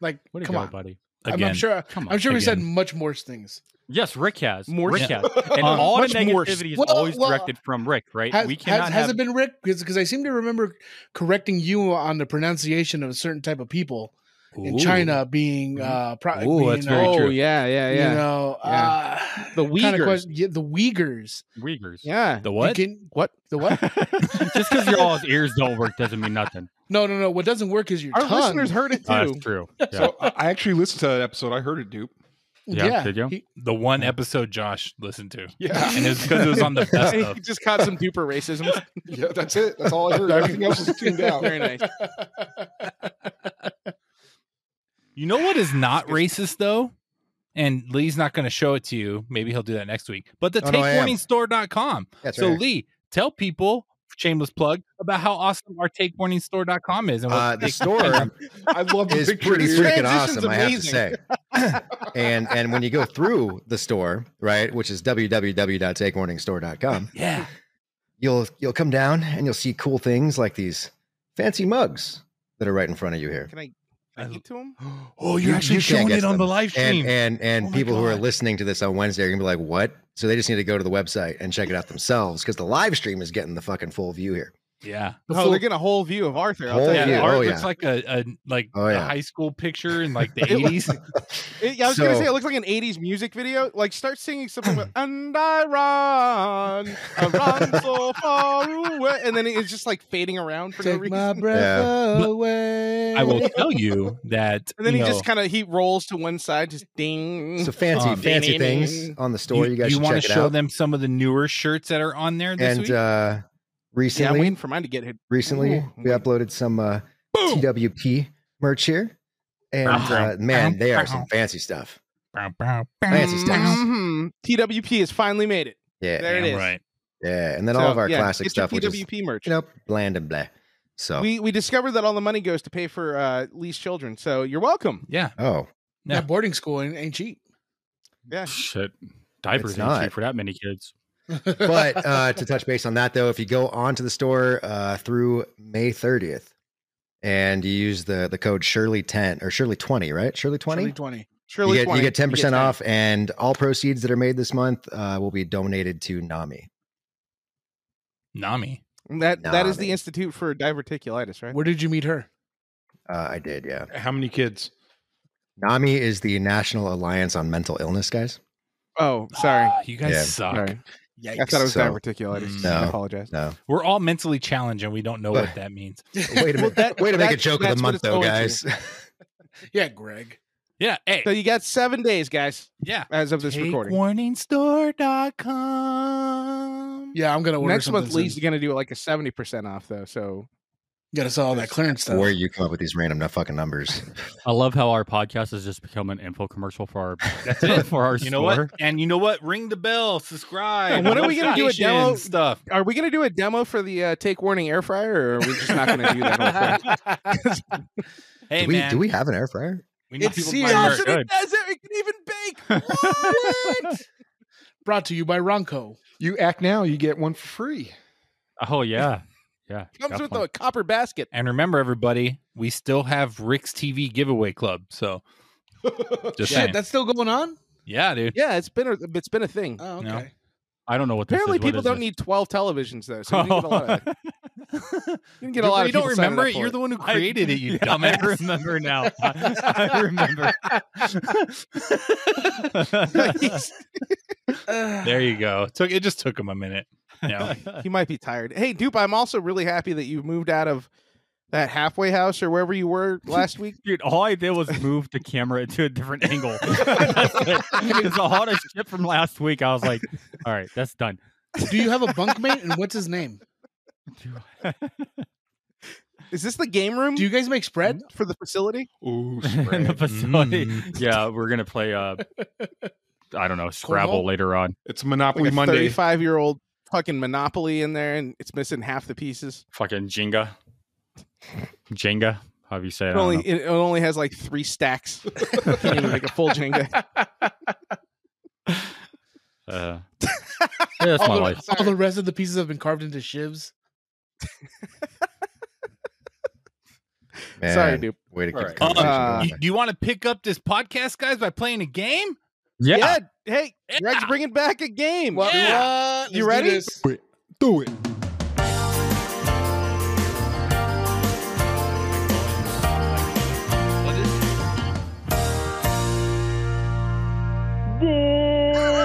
Speaker 8: Like
Speaker 6: What do you
Speaker 8: come
Speaker 6: go,
Speaker 8: on.
Speaker 6: buddy?
Speaker 8: I'm,
Speaker 3: Again.
Speaker 8: I'm sure
Speaker 6: Come on.
Speaker 8: I'm sure we said
Speaker 3: Again.
Speaker 8: much more things.
Speaker 6: Yes, Rick has.
Speaker 2: More-
Speaker 6: Rick
Speaker 3: Yeah.
Speaker 6: has. And
Speaker 2: Uh,
Speaker 6: all the
Speaker 2: much more.
Speaker 6: negativity is
Speaker 8: Well,
Speaker 6: always
Speaker 8: well,
Speaker 6: directed from Rick, right?
Speaker 8: Has,
Speaker 6: we cannot
Speaker 8: has,
Speaker 6: have
Speaker 8: has it been Rick? Because I seem to remember correcting you on the pronunciation of a certain type of people in
Speaker 3: Ooh.
Speaker 8: China being uh pro-
Speaker 3: Ooh,
Speaker 8: being,
Speaker 3: that's very
Speaker 8: uh,
Speaker 2: oh
Speaker 3: true.
Speaker 2: yeah, yeah, yeah,
Speaker 8: You know, uh,
Speaker 2: The
Speaker 8: kinda
Speaker 2: Uyghurs.
Speaker 8: question- yeah, the Uyghurs.
Speaker 6: Uyghurs.
Speaker 2: yeah.
Speaker 3: The
Speaker 8: You
Speaker 3: what?
Speaker 8: can-
Speaker 2: What?
Speaker 8: the what?
Speaker 6: Just because your all's ears don't work doesn't mean nothing.
Speaker 8: No, no, no. What doesn't work is your
Speaker 2: Our
Speaker 8: tongue.
Speaker 2: listeners heard it too.
Speaker 6: Uh, that's true. Yeah.
Speaker 5: So I I actually listened to that episode. I heard it, dude.
Speaker 6: Yeah, did you?
Speaker 8: he-
Speaker 3: the one episode Josh listened to.
Speaker 5: Yeah,
Speaker 3: And it's because it was on the best of.
Speaker 2: he just caught some duper racism.
Speaker 5: yeah, that's it. That's all I heard. Everything else was tuned out.
Speaker 2: Very nice.
Speaker 3: You know what is not racist though? And Lee's not going to show it to you. Maybe he'll do that next week. But the
Speaker 4: Oh, no, I am.
Speaker 3: takewarningstore.com.
Speaker 4: That's
Speaker 3: so
Speaker 4: right.
Speaker 3: Lee, tell people shameless plug about how awesome our takewarningstore.com is and what
Speaker 4: Uh, the
Speaker 3: they-
Speaker 4: store
Speaker 5: I love the
Speaker 4: is
Speaker 5: picture.
Speaker 4: pretty
Speaker 5: dude.
Speaker 4: freaking
Speaker 2: Transition's
Speaker 4: awesome, I have to
Speaker 2: amazing.
Speaker 4: say. and and when you go through the store, right, which is www.takewarningstore.com,
Speaker 3: yeah.
Speaker 4: you'll you'll come down and you'll see cool things like these fancy mugs that are right in front of you here.
Speaker 2: Can I? Can I get to him?
Speaker 3: Oh,
Speaker 4: You- you can't get them.
Speaker 3: live
Speaker 4: And and and
Speaker 3: Oh my
Speaker 4: people who are
Speaker 3: God.
Speaker 4: listening to this on Wednesday are gonna be like, "What?" So they just need to go to the website and check it out themselves because the live stream is getting the fucking full view here.
Speaker 3: Yeah.
Speaker 8: The
Speaker 2: oh,
Speaker 8: full-
Speaker 2: they're getting a whole view of Arthur. I'll
Speaker 4: Whole
Speaker 2: tell
Speaker 3: yeah,
Speaker 2: you.
Speaker 4: view.
Speaker 2: that.
Speaker 4: oh,
Speaker 3: art
Speaker 4: yeah.
Speaker 3: looks like a, a like
Speaker 4: Oh,
Speaker 3: a
Speaker 4: yeah.
Speaker 3: high school picture in like the eighties.
Speaker 2: It- I was gonna
Speaker 4: So-
Speaker 2: say it looks like an '80s music video. Like, start singing something with "And I run, I run so far away," and then it's just like fading around for no
Speaker 8: Take
Speaker 2: reason.
Speaker 8: my breath
Speaker 3: But
Speaker 8: away.
Speaker 3: I will tell you that.
Speaker 2: and then
Speaker 3: you
Speaker 2: he
Speaker 3: know,
Speaker 2: just kind of he rolls to one side, just ding.
Speaker 4: So fancy,
Speaker 3: Um,
Speaker 4: fancy things
Speaker 2: ding.
Speaker 4: on the store. You, guys should
Speaker 3: wanna
Speaker 4: check it
Speaker 3: show
Speaker 4: out.
Speaker 3: them some of the newer shirts that are on there this
Speaker 4: and
Speaker 3: week?
Speaker 4: uh,
Speaker 2: yeah, I'm
Speaker 4: recently,
Speaker 2: waiting for mine to get hit.
Speaker 4: recently
Speaker 2: Ooh.
Speaker 4: we uploaded some uh,
Speaker 2: Boom! Uh-huh.
Speaker 4: TWP merch here, and uh, man, they are some fancy stuff.
Speaker 3: Bow, bow,
Speaker 4: Fancy
Speaker 3: bow.
Speaker 4: stuff.
Speaker 2: Mhm. TWP has finally made it.
Speaker 4: Yeah,
Speaker 2: There it
Speaker 3: Damn
Speaker 2: is.
Speaker 3: right.
Speaker 4: yeah, and then all
Speaker 2: So,
Speaker 4: of our
Speaker 2: yeah,
Speaker 4: classic
Speaker 2: get your
Speaker 4: stuff, which is you
Speaker 2: TWP merch.
Speaker 4: know bland and blah. So
Speaker 2: We we discovered that all the money goes to pay for uh, Lee's children. So you're welcome.
Speaker 3: Yeah.
Speaker 4: oh,
Speaker 3: No.
Speaker 8: That boarding school ain't, ain't cheap.
Speaker 2: Yeah.
Speaker 6: Shit. Diapers
Speaker 4: It's
Speaker 6: ain't
Speaker 4: not.
Speaker 6: cheap for that many kids.
Speaker 4: but uh, to touch base on that though, if you go onto the store uh, through May 30th and you use the the code Shirley 10 or Shirley 20, right? Shirley 20.
Speaker 8: Surely 20.
Speaker 2: Surely
Speaker 4: you, get,
Speaker 2: 20.
Speaker 4: you get 10% off, and all proceeds that are made this month uh, will be donated to NAMI.
Speaker 3: Nami.
Speaker 2: That that is the
Speaker 4: Nami.
Speaker 2: Institute for Diverticulitis, right?
Speaker 8: Where did you meet her?
Speaker 4: Uh, I did, yeah.
Speaker 5: How many kids?
Speaker 4: NAMI is the National Alliance on Mental Illness, guys.
Speaker 2: Oh, sorry.
Speaker 3: Ah, you guys
Speaker 4: Yeah.
Speaker 3: suck.
Speaker 2: sorry. I thought it was
Speaker 4: So-
Speaker 2: diverticulitis.
Speaker 3: No.
Speaker 2: I apologize.
Speaker 4: No.
Speaker 3: We're all mentally challenged and we don't know what that means.
Speaker 4: Wait a minute.
Speaker 2: that-
Speaker 4: Way to make a
Speaker 2: that's-
Speaker 4: joke of
Speaker 2: that's
Speaker 4: the
Speaker 2: what
Speaker 4: month,
Speaker 2: it's
Speaker 4: though,
Speaker 2: going
Speaker 4: guys.
Speaker 2: to.
Speaker 8: yeah, Greg.
Speaker 3: Yeah. Hey.
Speaker 2: So you got seven days, guys,
Speaker 3: yeah.
Speaker 2: as of this recording.
Speaker 3: Takewarningstore.com.
Speaker 8: Yeah, I'm gonna order
Speaker 2: Next month,
Speaker 8: something
Speaker 2: Lee's
Speaker 8: soon.
Speaker 2: going to do like a seventy percent off, though. So
Speaker 8: Gotta sell all that clearance stuff.
Speaker 4: Where you come up with these random no fucking numbers.
Speaker 6: I love how our podcast has just become an infomercial for
Speaker 3: That's
Speaker 6: our
Speaker 3: it.
Speaker 6: for our
Speaker 3: You know what? And you know what? Ring the bell, subscribe.
Speaker 2: Yeah, when are we gonna do a
Speaker 3: notification
Speaker 2: demo-
Speaker 3: stuff?
Speaker 2: are we going to do a demo for the uh, take warning air fryer, or are we just not going to do that? Whole thing?
Speaker 3: Hey
Speaker 4: do, we,
Speaker 3: man,
Speaker 4: do we have an air fryer?
Speaker 3: we need
Speaker 8: It's
Speaker 3: people to buy
Speaker 8: serious.
Speaker 3: merch.
Speaker 6: Awesome. Good.
Speaker 2: does it. It can even bake.
Speaker 6: store.
Speaker 8: Brought to you by Ronco.
Speaker 5: You act now, you get one for free.
Speaker 6: oh yeah, yeah.
Speaker 2: Comes with
Speaker 6: definitely.
Speaker 2: a copper basket.
Speaker 3: And remember, everybody, we still have Rick's TV giveaway club. So just
Speaker 8: Shit,
Speaker 3: saying.
Speaker 8: that's still going on?
Speaker 3: yeah, dude.
Speaker 2: Yeah, it's been a, it's been a thing.
Speaker 8: Oh, okay.
Speaker 3: No.
Speaker 6: I don't know what.
Speaker 2: Apparently,
Speaker 6: this is.
Speaker 2: people don't need twelve televisions though, so you can get a lot of, you can get a lot
Speaker 3: you
Speaker 2: of
Speaker 3: don't
Speaker 2: people signing
Speaker 3: remember
Speaker 2: up
Speaker 3: it.
Speaker 2: for
Speaker 3: You're the one who created it, you
Speaker 6: Yeah,
Speaker 3: dumbass.
Speaker 6: I remember now. I, I remember.
Speaker 3: there you go. Took it just took him a minute. Yeah.
Speaker 2: he might be tired. Hey, Dupe, I'm also really happy that you moved out of that halfway house or wherever you were last week.
Speaker 6: Dude, all I did was move the camera into a different angle. That's it. It's the hottest shit from last week. I was like, all right, that's done.
Speaker 8: Do you have a bunkmate and what's his name?
Speaker 2: Is this the game room
Speaker 8: Do you guys make spread?
Speaker 2: for the facility?
Speaker 5: Ooh,
Speaker 6: In the
Speaker 5: spread.
Speaker 6: facility.
Speaker 3: Mm.
Speaker 6: Yeah, we're gonna play. Uh, I don't know, Scrabble
Speaker 8: Cornhole?
Speaker 6: later on.
Speaker 5: it's Monopoly
Speaker 2: Like a
Speaker 5: Monday.
Speaker 2: 35 year old fucking Monopoly in there and it's missing half the pieces.
Speaker 6: Fucking Jenga. Jenga. How do you say it? I
Speaker 2: It
Speaker 6: don't
Speaker 2: only,
Speaker 6: know.
Speaker 2: it it only has like three stacks. Can't even make a full Jenga.
Speaker 6: Uh, yeah, that's my
Speaker 8: all, the,
Speaker 6: life.
Speaker 8: all the rest of the pieces have been carved into shivs.
Speaker 2: Sorry,
Speaker 4: Man,
Speaker 2: dude.
Speaker 4: Way to keep
Speaker 3: All
Speaker 4: the
Speaker 3: right.
Speaker 4: conversation
Speaker 2: Uh,
Speaker 4: going.
Speaker 3: You- do you want to pick up this podcast, guys, by playing a game?
Speaker 6: Yeah.
Speaker 2: Hey, Greg's bringing back a game.
Speaker 8: What?
Speaker 3: Yeah.
Speaker 8: what?
Speaker 2: You
Speaker 8: Let's
Speaker 2: ready?
Speaker 8: do this.
Speaker 5: Do it.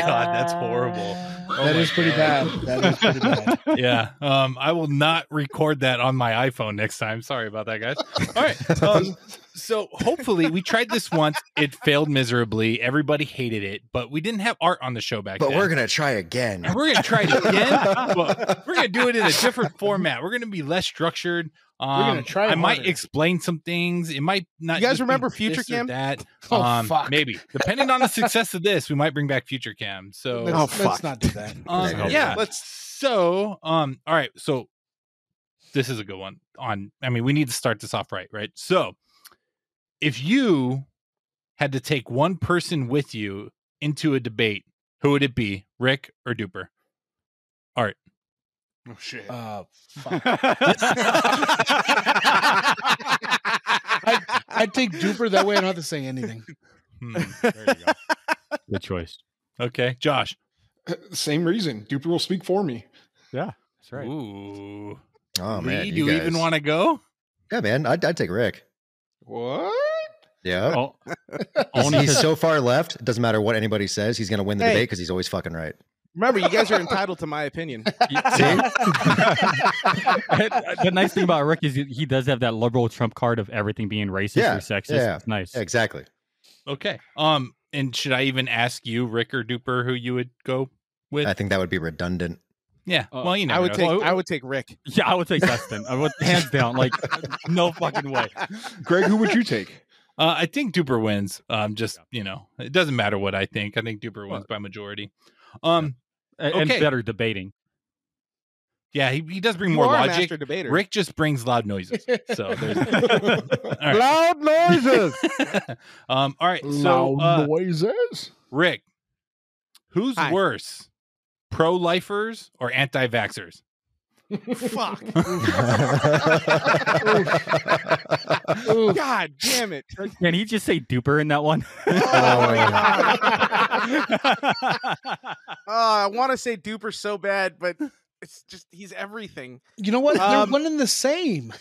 Speaker 3: God, that's horrible. Oh
Speaker 8: that
Speaker 3: my
Speaker 8: is pretty
Speaker 3: God.
Speaker 8: bad. That is pretty bad.
Speaker 3: yeah. Um, I will not record that on my iPhone next time. Sorry about that, guys. All right. Um, so hopefully we tried this once. It failed miserably. Everybody hated it, but we didn't have art on the show back
Speaker 4: But
Speaker 3: then.
Speaker 4: we're gonna try again.
Speaker 3: and we're gonna try it again. but we're gonna do it in a different format. We're gonna be less structured. Um,
Speaker 8: gonna try
Speaker 3: I might
Speaker 8: harder.
Speaker 3: explain some things. It might not.
Speaker 2: You guys
Speaker 3: just be
Speaker 2: remember
Speaker 3: this
Speaker 2: Future
Speaker 3: or
Speaker 2: Cam?
Speaker 3: That.
Speaker 8: Oh,
Speaker 3: um,
Speaker 8: fuck.
Speaker 3: Maybe depending on the success of this, we might bring back Future Cam. So
Speaker 8: Let's,
Speaker 2: Oh,
Speaker 8: let's
Speaker 2: fuck.
Speaker 8: not do that.
Speaker 3: um,
Speaker 4: Okay.
Speaker 3: yeah. Let's so um all right, so this is a good one. On I mean, we need to start this off right, right? So if you had to take one person with you into a debate, who would it be? Rick or Duper?
Speaker 5: Oh shit.
Speaker 8: Uh, fuck. I, I'd take Duper. That way I don't have to say anything.
Speaker 3: Hmm, there you go.
Speaker 6: Good choice.
Speaker 3: Okay, Josh.
Speaker 5: Same reason. Duper will speak for me.
Speaker 6: That's right.
Speaker 3: Ooh.
Speaker 4: Oh man,
Speaker 3: Lee, do
Speaker 4: you
Speaker 3: you even
Speaker 4: guys-
Speaker 3: want to go?
Speaker 4: Yeah, man, I'd, I'd take Rick.
Speaker 5: What?
Speaker 4: Yeah,
Speaker 6: Oh,
Speaker 4: He's-
Speaker 6: only
Speaker 4: he's
Speaker 6: because
Speaker 4: so far left. It doesn't matter what anybody says. He's going to win the
Speaker 2: Hey.
Speaker 4: debate because he's always fucking right.
Speaker 2: Remember, you guys are entitled to my opinion.
Speaker 6: uh, the nice thing about Rick is he- he does have that liberal Trump card of everything being racist
Speaker 4: Yeah,
Speaker 6: or sexist.
Speaker 4: yeah.
Speaker 6: It's nice.
Speaker 4: Exactly.
Speaker 3: Okay. Um, and should I even ask you, Rick or Duper, who you would go with?
Speaker 4: I think that would be redundant.
Speaker 3: yeah.
Speaker 6: Uh,
Speaker 3: well, you know,
Speaker 2: I would take
Speaker 6: Well,
Speaker 2: I would take Rick.
Speaker 6: Yeah, I would take Dustin. I would hands down. Like, no fucking way.
Speaker 5: Greg, who would you take?
Speaker 3: Uh, I think Duper wins. Um, just you know, it doesn't matter what I think. I think Duper wins by majority. Um,
Speaker 6: A- And
Speaker 3: Okay.
Speaker 6: better debating.
Speaker 3: yeah, he, he does bring
Speaker 2: You
Speaker 3: more
Speaker 2: are a
Speaker 3: logic.
Speaker 2: master debater.
Speaker 3: Rick just brings loud noises. So there's all right.
Speaker 5: Loud noises.
Speaker 3: um, all right. So uh,
Speaker 5: noises.
Speaker 3: Rick, who's
Speaker 2: Hi.
Speaker 3: worse, pro-lifers or anti-vaxxers?
Speaker 2: Fuck.
Speaker 4: Oof.
Speaker 2: Oh, God damn it.
Speaker 6: Can he just say duper in that one?
Speaker 2: Oh, I want to say Duper so bad, but it's just he's everything.
Speaker 8: You know what?
Speaker 2: Um,
Speaker 8: They're one and the same.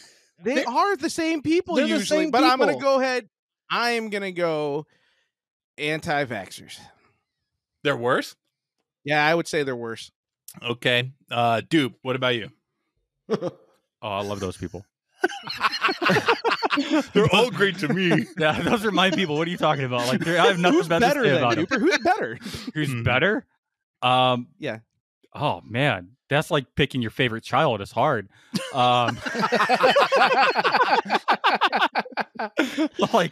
Speaker 2: They
Speaker 8: They're-
Speaker 2: are the same people
Speaker 8: they're the
Speaker 2: usually,
Speaker 8: same
Speaker 2: but I'm gonna
Speaker 8: people.
Speaker 2: go ahead. I am gonna go anti-vaxxers.
Speaker 3: They're worse.
Speaker 2: Yeah, I would say they're worse.
Speaker 3: Okay. Uh, Dupe, what about you?
Speaker 6: oh, I love those people.
Speaker 3: They're all great to me.
Speaker 6: Yeah, those are my people. What are you talking about? Like, they're- I have nothing
Speaker 2: Who's
Speaker 6: better to
Speaker 2: better
Speaker 6: say
Speaker 2: than
Speaker 6: about 'em.
Speaker 2: Duper? Who's better?
Speaker 6: Who's
Speaker 3: Mhm.
Speaker 6: better? Um,
Speaker 2: Yeah.
Speaker 6: Oh man, that's like picking your favorite child. It's hard. Um, like,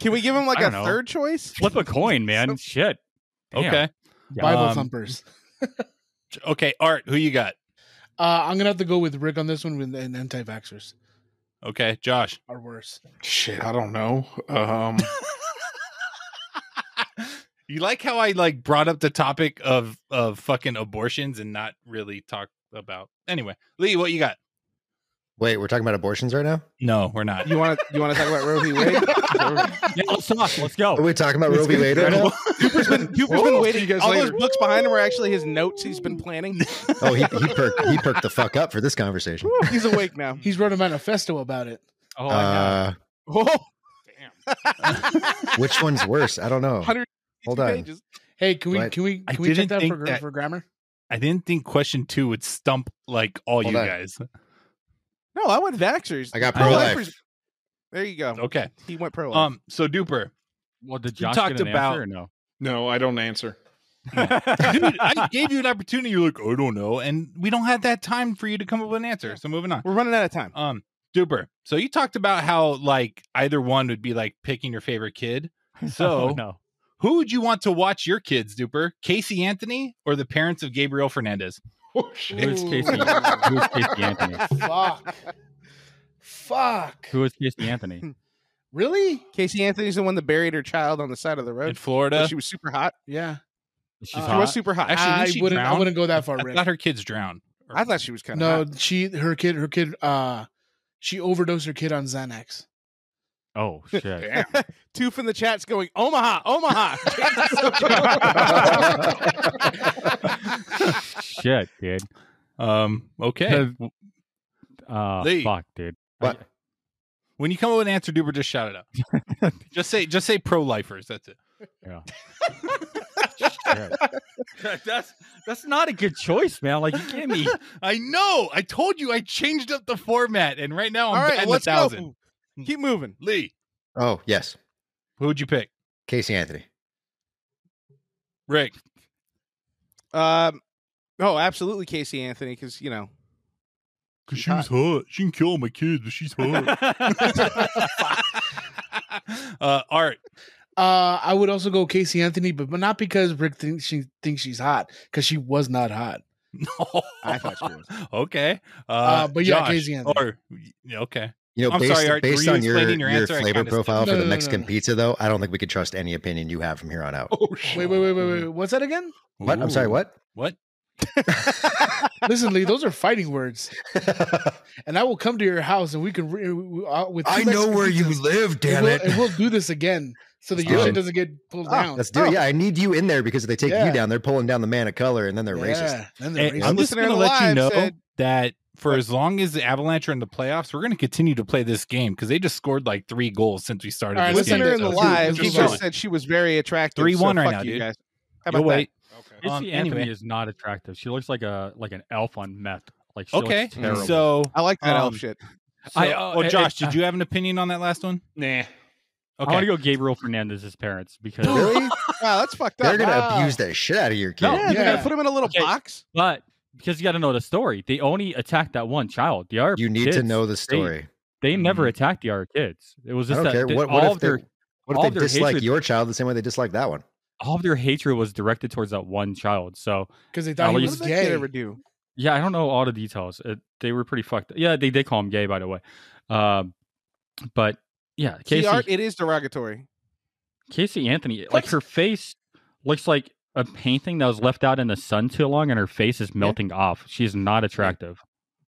Speaker 2: Can we give him like a
Speaker 6: I don't know.
Speaker 2: third choice?
Speaker 6: flip a coin, man?
Speaker 2: So-
Speaker 6: Shit. Damn.
Speaker 3: Okay.
Speaker 8: Bible
Speaker 3: Um,
Speaker 8: thumpers.
Speaker 3: Okay. Art, who you got?
Speaker 8: Uh, I'm gonna have to go with Rick on this one. With and anti-vaxxers
Speaker 3: Okay, Josh.
Speaker 8: are worse.
Speaker 3: Hmm.
Speaker 5: Shit, I don't know. Um,
Speaker 3: You like how I like brought up the topic of of fucking abortions and not really talk about anyway. Lee, what you got?
Speaker 4: Wait, we're talking about abortions right now?
Speaker 3: No, we're not.
Speaker 2: You want to you want to talk about Roe v. Wade?
Speaker 6: Yeah, let's talk. Let's go.
Speaker 2: Oh.
Speaker 4: Are we talking about Roe v. Wade right now?
Speaker 2: Duper's been Duper's been
Speaker 5: Whoa.
Speaker 2: waiting.
Speaker 5: See Oh, you guys
Speaker 2: All those
Speaker 5: later.
Speaker 2: books behind him are actually his notes he's been planning.
Speaker 4: Oh, he, he perked he perked the fuck up for this conversation.
Speaker 2: He's awake now.
Speaker 8: He's wrote a manifesto about it.
Speaker 6: oh, I know.
Speaker 4: Uh,
Speaker 2: Oh,
Speaker 4: which one's worse? I don't know.
Speaker 2: 100
Speaker 4: Hold on.
Speaker 2: pages.
Speaker 8: Hey, can we
Speaker 4: Right.
Speaker 8: can we
Speaker 3: I
Speaker 8: can we check
Speaker 3: didn't
Speaker 8: that for,
Speaker 3: think
Speaker 8: gra-
Speaker 3: that-
Speaker 8: for grammar?
Speaker 3: I didn't think question two would stump like all
Speaker 4: Hold
Speaker 3: you
Speaker 4: on.
Speaker 3: guys.
Speaker 2: No, I went vaxxers.
Speaker 4: I got
Speaker 2: Pro
Speaker 4: pro life.
Speaker 2: lifers- There you go.
Speaker 3: Okay.
Speaker 2: He went pro. life.
Speaker 3: Um, so Duper.
Speaker 6: well, did
Speaker 3: you
Speaker 6: Josh
Speaker 3: talked
Speaker 6: get an
Speaker 3: about-
Speaker 6: answer or no?
Speaker 5: no, I don't answer.
Speaker 3: Dude, I gave you an opportunity. You're like, I don't know. And we don't have that time for you to come up with an answer. So moving on.
Speaker 2: We're running out of time.
Speaker 3: Um, Duper. So you talked about how like either one would be like picking your favorite kid. So
Speaker 6: Oh, no.
Speaker 3: who would you want to watch your kids, Duper? Casey Anthony or the parents of Gabriel Fernandez?
Speaker 5: Oh,
Speaker 6: Who's
Speaker 5: shit.
Speaker 6: Casey? Who's Casey Anthony?
Speaker 8: Fuck. Fuck.
Speaker 6: Who is Casey Anthony?
Speaker 8: Really?
Speaker 2: Casey Anthony's the one that buried her child on the side of the
Speaker 3: In
Speaker 2: road.
Speaker 3: Florida.
Speaker 2: She was super hot.
Speaker 8: Yeah.
Speaker 6: She's
Speaker 2: She
Speaker 8: Uh,
Speaker 2: was
Speaker 6: hot.
Speaker 2: super hot.
Speaker 3: Actually,
Speaker 8: I
Speaker 3: didn't she
Speaker 8: wouldn't.
Speaker 3: drown?
Speaker 8: I wouldn't go that far,
Speaker 3: I
Speaker 8: Rick.
Speaker 3: thought her kids drown.
Speaker 2: I thought she was kind
Speaker 8: no,
Speaker 2: of
Speaker 8: she her kid her kid uh she overdosed her kid on Xanax.
Speaker 6: Oh shit.
Speaker 5: Damn.
Speaker 2: hot. Two from the chat's going Omaha, Omaha.
Speaker 6: shit, dude.
Speaker 3: Um, okay.
Speaker 6: Uh,
Speaker 3: Lee.
Speaker 6: fuck, dude.
Speaker 4: What?
Speaker 3: When you come up with an answer, Duper, just shout it out. just say just say pro lifers. That's it.
Speaker 6: Shit. that's that's not a good choice, man. Like you can't be
Speaker 3: I know. I told you I changed up the format, and right now
Speaker 2: All
Speaker 3: I'm
Speaker 2: right,
Speaker 3: batting
Speaker 2: let's
Speaker 3: a thousand.
Speaker 2: go. Hmm. Keep moving.
Speaker 3: Lee,
Speaker 4: Oh, yes.
Speaker 3: who would you pick?
Speaker 4: Casey Anthony.
Speaker 3: Rick.
Speaker 2: Um, oh, absolutely, Casey Anthony, because you know.
Speaker 7: Because she was hot. She can kill all my kids, but she's hot.
Speaker 3: uh, Art.
Speaker 8: Uh, I would also go Casey Anthony, but, but not because Rick thinks she thinks she's hot, because she was not hot.
Speaker 2: I thought she was.
Speaker 3: Okay. Uh,
Speaker 8: Uh, but yeah,
Speaker 3: Josh,
Speaker 8: Casey Anthony.
Speaker 3: Or, yeah, okay.
Speaker 4: You know,
Speaker 3: I'm
Speaker 4: based,
Speaker 3: sorry, Art,
Speaker 4: based
Speaker 3: were you
Speaker 4: on your,
Speaker 3: explaining your
Speaker 4: your,
Speaker 3: answer? I
Speaker 4: flavor
Speaker 3: kinda
Speaker 4: profile
Speaker 8: skipped
Speaker 4: for the
Speaker 8: it. No, no, no,
Speaker 4: Mexican
Speaker 8: no.
Speaker 4: pizza, though, I don't think we could trust any opinion you have from here on out.
Speaker 5: Oh, shit.
Speaker 8: Wait, wait, wait, wait, wait. What's that again?
Speaker 4: What? I'm sorry,
Speaker 3: Ooh.
Speaker 4: what?
Speaker 3: What?
Speaker 8: Listen, Lee, those are fighting words, and I will come to your house and we can. Re- we- we- uh, with two Mexican pizzas,
Speaker 4: live,
Speaker 8: and we'll, and we'll do this again. so the
Speaker 4: Let's do
Speaker 8: your
Speaker 4: it.
Speaker 8: shit doesn't get pulled
Speaker 4: Ah,
Speaker 8: down. Oh.
Speaker 4: let's do it. Yeah, I need you in there because if they take
Speaker 8: Yeah.
Speaker 4: you down, they're pulling down the man of color, and then they're racist.
Speaker 8: Then they're
Speaker 3: And
Speaker 8: racist.
Speaker 3: I'm just
Speaker 2: Listener
Speaker 3: going to
Speaker 2: of the
Speaker 3: let you
Speaker 2: Live
Speaker 3: know
Speaker 2: said-
Speaker 3: that for as long as the Avalanche are in the playoffs, we're going to continue to play this game because they just scored like three goals since we started.
Speaker 2: All right,
Speaker 3: this game.
Speaker 2: listener in the
Speaker 3: So-
Speaker 5: Let's
Speaker 2: live
Speaker 5: Let's move
Speaker 2: just
Speaker 5: on.
Speaker 2: said she was very attractive.
Speaker 3: Three
Speaker 2: so
Speaker 3: one right
Speaker 2: fuck
Speaker 3: now,
Speaker 2: you
Speaker 3: dude.
Speaker 2: Guys. How
Speaker 3: You'll
Speaker 2: about that?
Speaker 3: wait.
Speaker 5: Okay.
Speaker 6: Izzy
Speaker 3: Um,
Speaker 6: Anthony
Speaker 3: anyway.
Speaker 6: is not attractive. She looks like a like an elf on meth. Like she
Speaker 3: Okay,
Speaker 6: looks terrible.
Speaker 3: so
Speaker 2: I like that elf
Speaker 3: Um,
Speaker 2: shit.
Speaker 3: I.
Speaker 6: So-
Speaker 3: Oh,
Speaker 6: it-
Speaker 3: Josh,
Speaker 6: it-
Speaker 3: did you have an opinion on that last one?
Speaker 5: Nah.
Speaker 6: I want
Speaker 3: Okay.
Speaker 6: to go Gabriel Fernandez's parents because
Speaker 4: Really?
Speaker 2: Wow, that's fucked up.
Speaker 4: they're gonna
Speaker 2: Wow.
Speaker 4: abuse the shit out of your kid.
Speaker 2: No, they're
Speaker 8: Yeah.
Speaker 2: gonna put him in a little
Speaker 6: Okay.
Speaker 2: box.
Speaker 6: but because you got to know the story. They only attacked that one child. The other
Speaker 4: You need to
Speaker 6: kids,
Speaker 4: know the story.
Speaker 6: They never
Speaker 3: Mhm.
Speaker 6: attacked the other kids. It was
Speaker 4: I
Speaker 6: just
Speaker 4: don't
Speaker 6: that
Speaker 4: care.
Speaker 6: that
Speaker 4: What,
Speaker 6: all
Speaker 4: what if
Speaker 6: of
Speaker 4: they,
Speaker 6: their all
Speaker 4: what if
Speaker 6: of
Speaker 4: they
Speaker 6: their
Speaker 4: dislike
Speaker 6: hatred-
Speaker 4: your child the same way they dislike that one?
Speaker 6: all of their hatred was directed towards that one child. So
Speaker 8: because they thought
Speaker 6: What
Speaker 8: he
Speaker 2: What
Speaker 8: was
Speaker 2: did that kid
Speaker 8: gay.
Speaker 2: ever do?
Speaker 6: Yeah, I don't know all the details. Uh they were pretty fucked. Yeah, they did call him gay, by the way. Um, but yeah,
Speaker 2: See,
Speaker 6: Casey
Speaker 2: Art, it is derogatory.
Speaker 6: Casey Anthony, like her face looks like a painting that was left out in the sun too long, and her face is melting off. She's not attractive.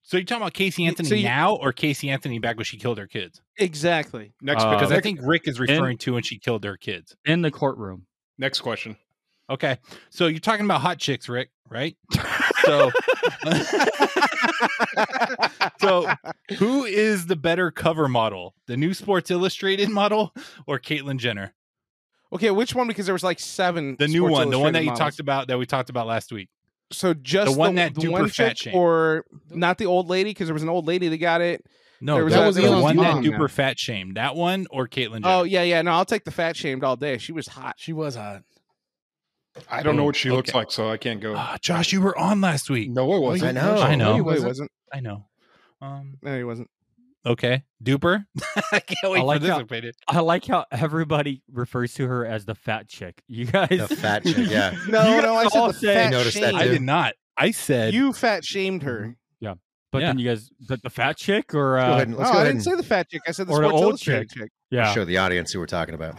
Speaker 3: So you're talking about Casey
Speaker 2: Y-
Speaker 3: Anthony
Speaker 2: so you-
Speaker 3: now or Casey Anthony back when she killed her kids?
Speaker 2: Exactly.
Speaker 5: Next,
Speaker 6: Uh,
Speaker 3: Because I
Speaker 5: next,
Speaker 3: think Rick is referring to when she killed her kids.
Speaker 6: In the courtroom,
Speaker 5: next question.
Speaker 3: Okay. So you're talking about hot chicks, Rick, right? so So, who is the better cover model? The new Sports Illustrated model or Caitlyn Jenner?
Speaker 2: okay, which one? Because there was like seven.
Speaker 3: The new
Speaker 2: Sports
Speaker 3: one, the one that
Speaker 2: Illustrated
Speaker 3: you
Speaker 2: models.
Speaker 3: talked about that we talked about last week.
Speaker 2: So just
Speaker 3: the one that
Speaker 2: the
Speaker 3: duper
Speaker 2: one chick
Speaker 3: fat shamed.
Speaker 2: or not the old lady? Because there was an old lady that got it.
Speaker 3: No,
Speaker 2: There was
Speaker 3: that
Speaker 8: that
Speaker 3: was the
Speaker 8: Elon's
Speaker 3: one that
Speaker 8: mom.
Speaker 3: duper fat shamed. That one or Caitlyn Jenner?
Speaker 2: Oh yeah, yeah. No, I'll take the fat shamed all day. She was hot.
Speaker 8: She was hot.
Speaker 5: I don't know
Speaker 3: Ooh,
Speaker 5: what she looks
Speaker 3: okay.
Speaker 5: like, so I can't go.
Speaker 3: Ah, Josh, you were on last week.
Speaker 5: No, it wasn't.
Speaker 4: I know.
Speaker 3: I know.
Speaker 2: No,
Speaker 3: he
Speaker 2: he
Speaker 8: wasn't.
Speaker 2: wasn't.
Speaker 3: I know. Um,
Speaker 2: No, he wasn't.
Speaker 3: okay. Duper. I can't wait
Speaker 6: like
Speaker 3: for this
Speaker 6: how-
Speaker 3: opinion.
Speaker 6: I like how everybody refers to her as the fat chick. You guys,
Speaker 4: The fat chick, yeah.
Speaker 2: No,
Speaker 6: you
Speaker 2: no, I
Speaker 6: guys
Speaker 2: said
Speaker 6: all
Speaker 2: the
Speaker 6: say-
Speaker 2: fat
Speaker 4: Noticed that
Speaker 2: shamed.
Speaker 3: I
Speaker 4: too.
Speaker 3: did not. I said
Speaker 2: You fat shamed her.
Speaker 6: but then you guys, the, the fat chick or
Speaker 4: go
Speaker 6: uh,
Speaker 4: ahead and
Speaker 2: No,
Speaker 4: let's go
Speaker 2: I
Speaker 4: ahead
Speaker 2: didn't
Speaker 4: and
Speaker 2: say the fat chick. I said the
Speaker 6: Or the
Speaker 2: Sports
Speaker 6: old
Speaker 2: Illustrated chick.
Speaker 6: yeah,
Speaker 4: show the audience who we're talking about.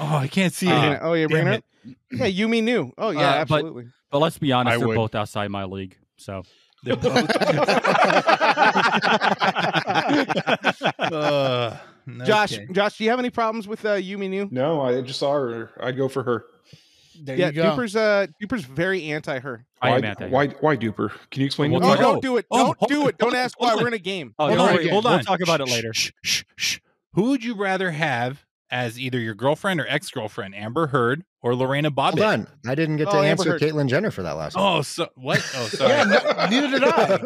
Speaker 3: Oh, I can't see
Speaker 2: Yeah.
Speaker 3: it.
Speaker 2: oh, you're
Speaker 3: Damn
Speaker 2: bringing her
Speaker 3: it.
Speaker 2: up? Yeah, you, me, new. Oh, yeah,
Speaker 6: Uh, but-
Speaker 2: absolutely.
Speaker 6: but let's be honest,
Speaker 3: I
Speaker 6: they're
Speaker 3: would.
Speaker 6: both outside my league. So
Speaker 3: They're both- Uh,
Speaker 2: Josh,
Speaker 3: okay.
Speaker 2: Josh, do you have any problems with uh, you, me, new?
Speaker 5: No, I just saw her. I'd go for her.
Speaker 8: There
Speaker 2: yeah,
Speaker 8: you go.
Speaker 2: Duper's uh, Duper's very anti her.
Speaker 6: I
Speaker 5: why,
Speaker 6: am anti.
Speaker 5: why, why duper? Can you explain?
Speaker 3: We'll
Speaker 5: that?
Speaker 2: Oh,
Speaker 3: talk-
Speaker 2: don't do it!
Speaker 3: oh,
Speaker 2: Don't
Speaker 3: hold
Speaker 2: do
Speaker 3: on,
Speaker 2: it! Don't
Speaker 3: hold on,
Speaker 2: ask why.
Speaker 3: hold
Speaker 2: We're
Speaker 3: on.
Speaker 2: in a game.
Speaker 6: Oh,
Speaker 8: Hold
Speaker 6: don't
Speaker 8: on
Speaker 6: worry,
Speaker 8: again.
Speaker 6: hold on.
Speaker 3: We'll
Speaker 6: We'll talk about it later.
Speaker 3: Shh, shh, shh. Who would you rather have as either your girlfriend or ex girlfriend, Amber Heard or Lorena
Speaker 4: Hold
Speaker 3: Bobbitt?
Speaker 4: on, I didn't get to
Speaker 2: Oh, Amber
Speaker 4: answer
Speaker 2: Heard.
Speaker 4: Caitlyn Jenner for that last. one.
Speaker 3: Oh, so what? Oh, sorry.
Speaker 8: yeah, no, neither did I.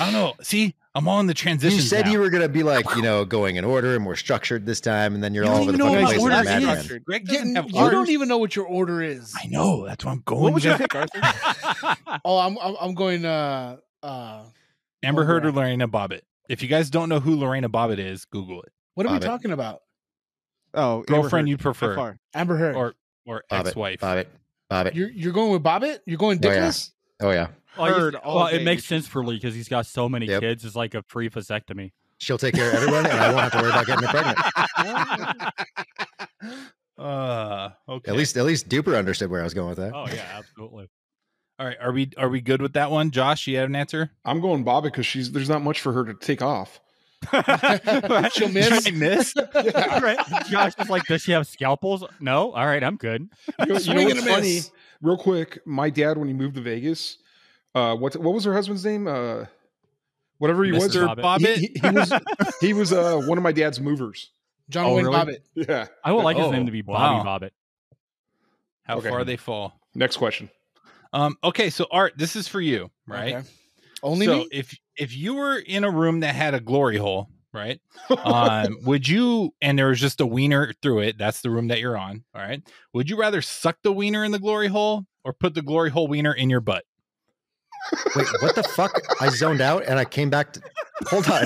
Speaker 3: I don't know. See, I'm all in the transition.
Speaker 4: You said you were gonna be like, you know, going in order and more structured this time, and then you're
Speaker 3: You
Speaker 4: all
Speaker 3: don't
Speaker 4: over
Speaker 3: even
Speaker 4: the
Speaker 3: know
Speaker 4: fucking
Speaker 3: what
Speaker 4: place.
Speaker 3: my
Speaker 4: like a
Speaker 3: order
Speaker 2: Last
Speaker 3: is.
Speaker 4: madman.
Speaker 2: question.
Speaker 3: Greg
Speaker 8: Yeah,
Speaker 3: doesn't have
Speaker 8: you
Speaker 3: orders.
Speaker 8: don't e even know what your order is.
Speaker 3: I know. That's why I'm going.
Speaker 2: What would you
Speaker 3: there.
Speaker 2: pick, Arthur?
Speaker 8: Oh, I'm I'm, I'm going. Uh, uh,
Speaker 3: Amber Heard or Lorena Bobbitt? If you guys don't know who Lorena Bobbitt is, Google it.
Speaker 8: what are we
Speaker 4: Bobbitt.
Speaker 8: talking about?
Speaker 2: Oh,
Speaker 3: Girlfriend
Speaker 2: you
Speaker 3: you'd prefer
Speaker 2: far.
Speaker 8: Amber Heard.
Speaker 3: or or
Speaker 4: Bobbitt,
Speaker 3: ex wife.
Speaker 4: Bobbit, Bobbit.
Speaker 8: you're you're going with Bobbitt? You're going
Speaker 4: Oh, yeah.
Speaker 8: Dickless?
Speaker 4: Oh yeah,
Speaker 6: Well, I guess-
Speaker 2: Heard all
Speaker 6: well,
Speaker 2: day,
Speaker 6: it makes
Speaker 2: you-
Speaker 6: sense for Lee because he's got so many
Speaker 4: Yep.
Speaker 6: kids. It's like a free vasectomy.
Speaker 4: she'll take care of everyone, and I won't have to worry about getting her pregnant.
Speaker 3: Uh, okay.
Speaker 4: At least, at least Duper understood where I was going with that.
Speaker 6: oh yeah, absolutely.
Speaker 3: All right. Are we are we good with that one, Josh? You have an answer?
Speaker 5: I'm going Bobby because she's there's not much for her to take off.
Speaker 8: She'll miss.
Speaker 3: I miss.
Speaker 5: Yeah.
Speaker 6: right? Josh is like, does she have scalpels? No. All right, I'm good.
Speaker 5: You know, you know
Speaker 8: Swing and
Speaker 5: what's
Speaker 8: a
Speaker 5: funny?
Speaker 8: miss.
Speaker 5: Real quick, my dad when he moved to Vegas, uh, what what was her husband's name? Uh, whatever he was,
Speaker 3: Mr.
Speaker 6: Bobbitt.
Speaker 5: he,
Speaker 3: Bobbitt.
Speaker 5: he, he was he was uh, one of my dad's movers.
Speaker 8: John
Speaker 6: Oh,
Speaker 8: Wayne
Speaker 6: really?
Speaker 8: Bobbitt.
Speaker 5: Yeah.
Speaker 6: I would like his
Speaker 3: Oh,
Speaker 6: name to be Bobby
Speaker 3: wow.
Speaker 6: Bobbitt.
Speaker 3: How
Speaker 5: Okay.
Speaker 3: far they fall.
Speaker 5: Next question.
Speaker 3: Um, okay, so Art, this is for you, right?
Speaker 8: Okay. Only
Speaker 3: so
Speaker 8: me.
Speaker 3: if if you were in a room that had a glory hole, right? Um, would you and there was just a wiener through it, that's the room that you're on, all right? Would you rather suck the wiener in the glory hole or put the glory hole wiener in your butt?
Speaker 4: Wait, what the fuck? I zoned out, and I came back. To, hold on.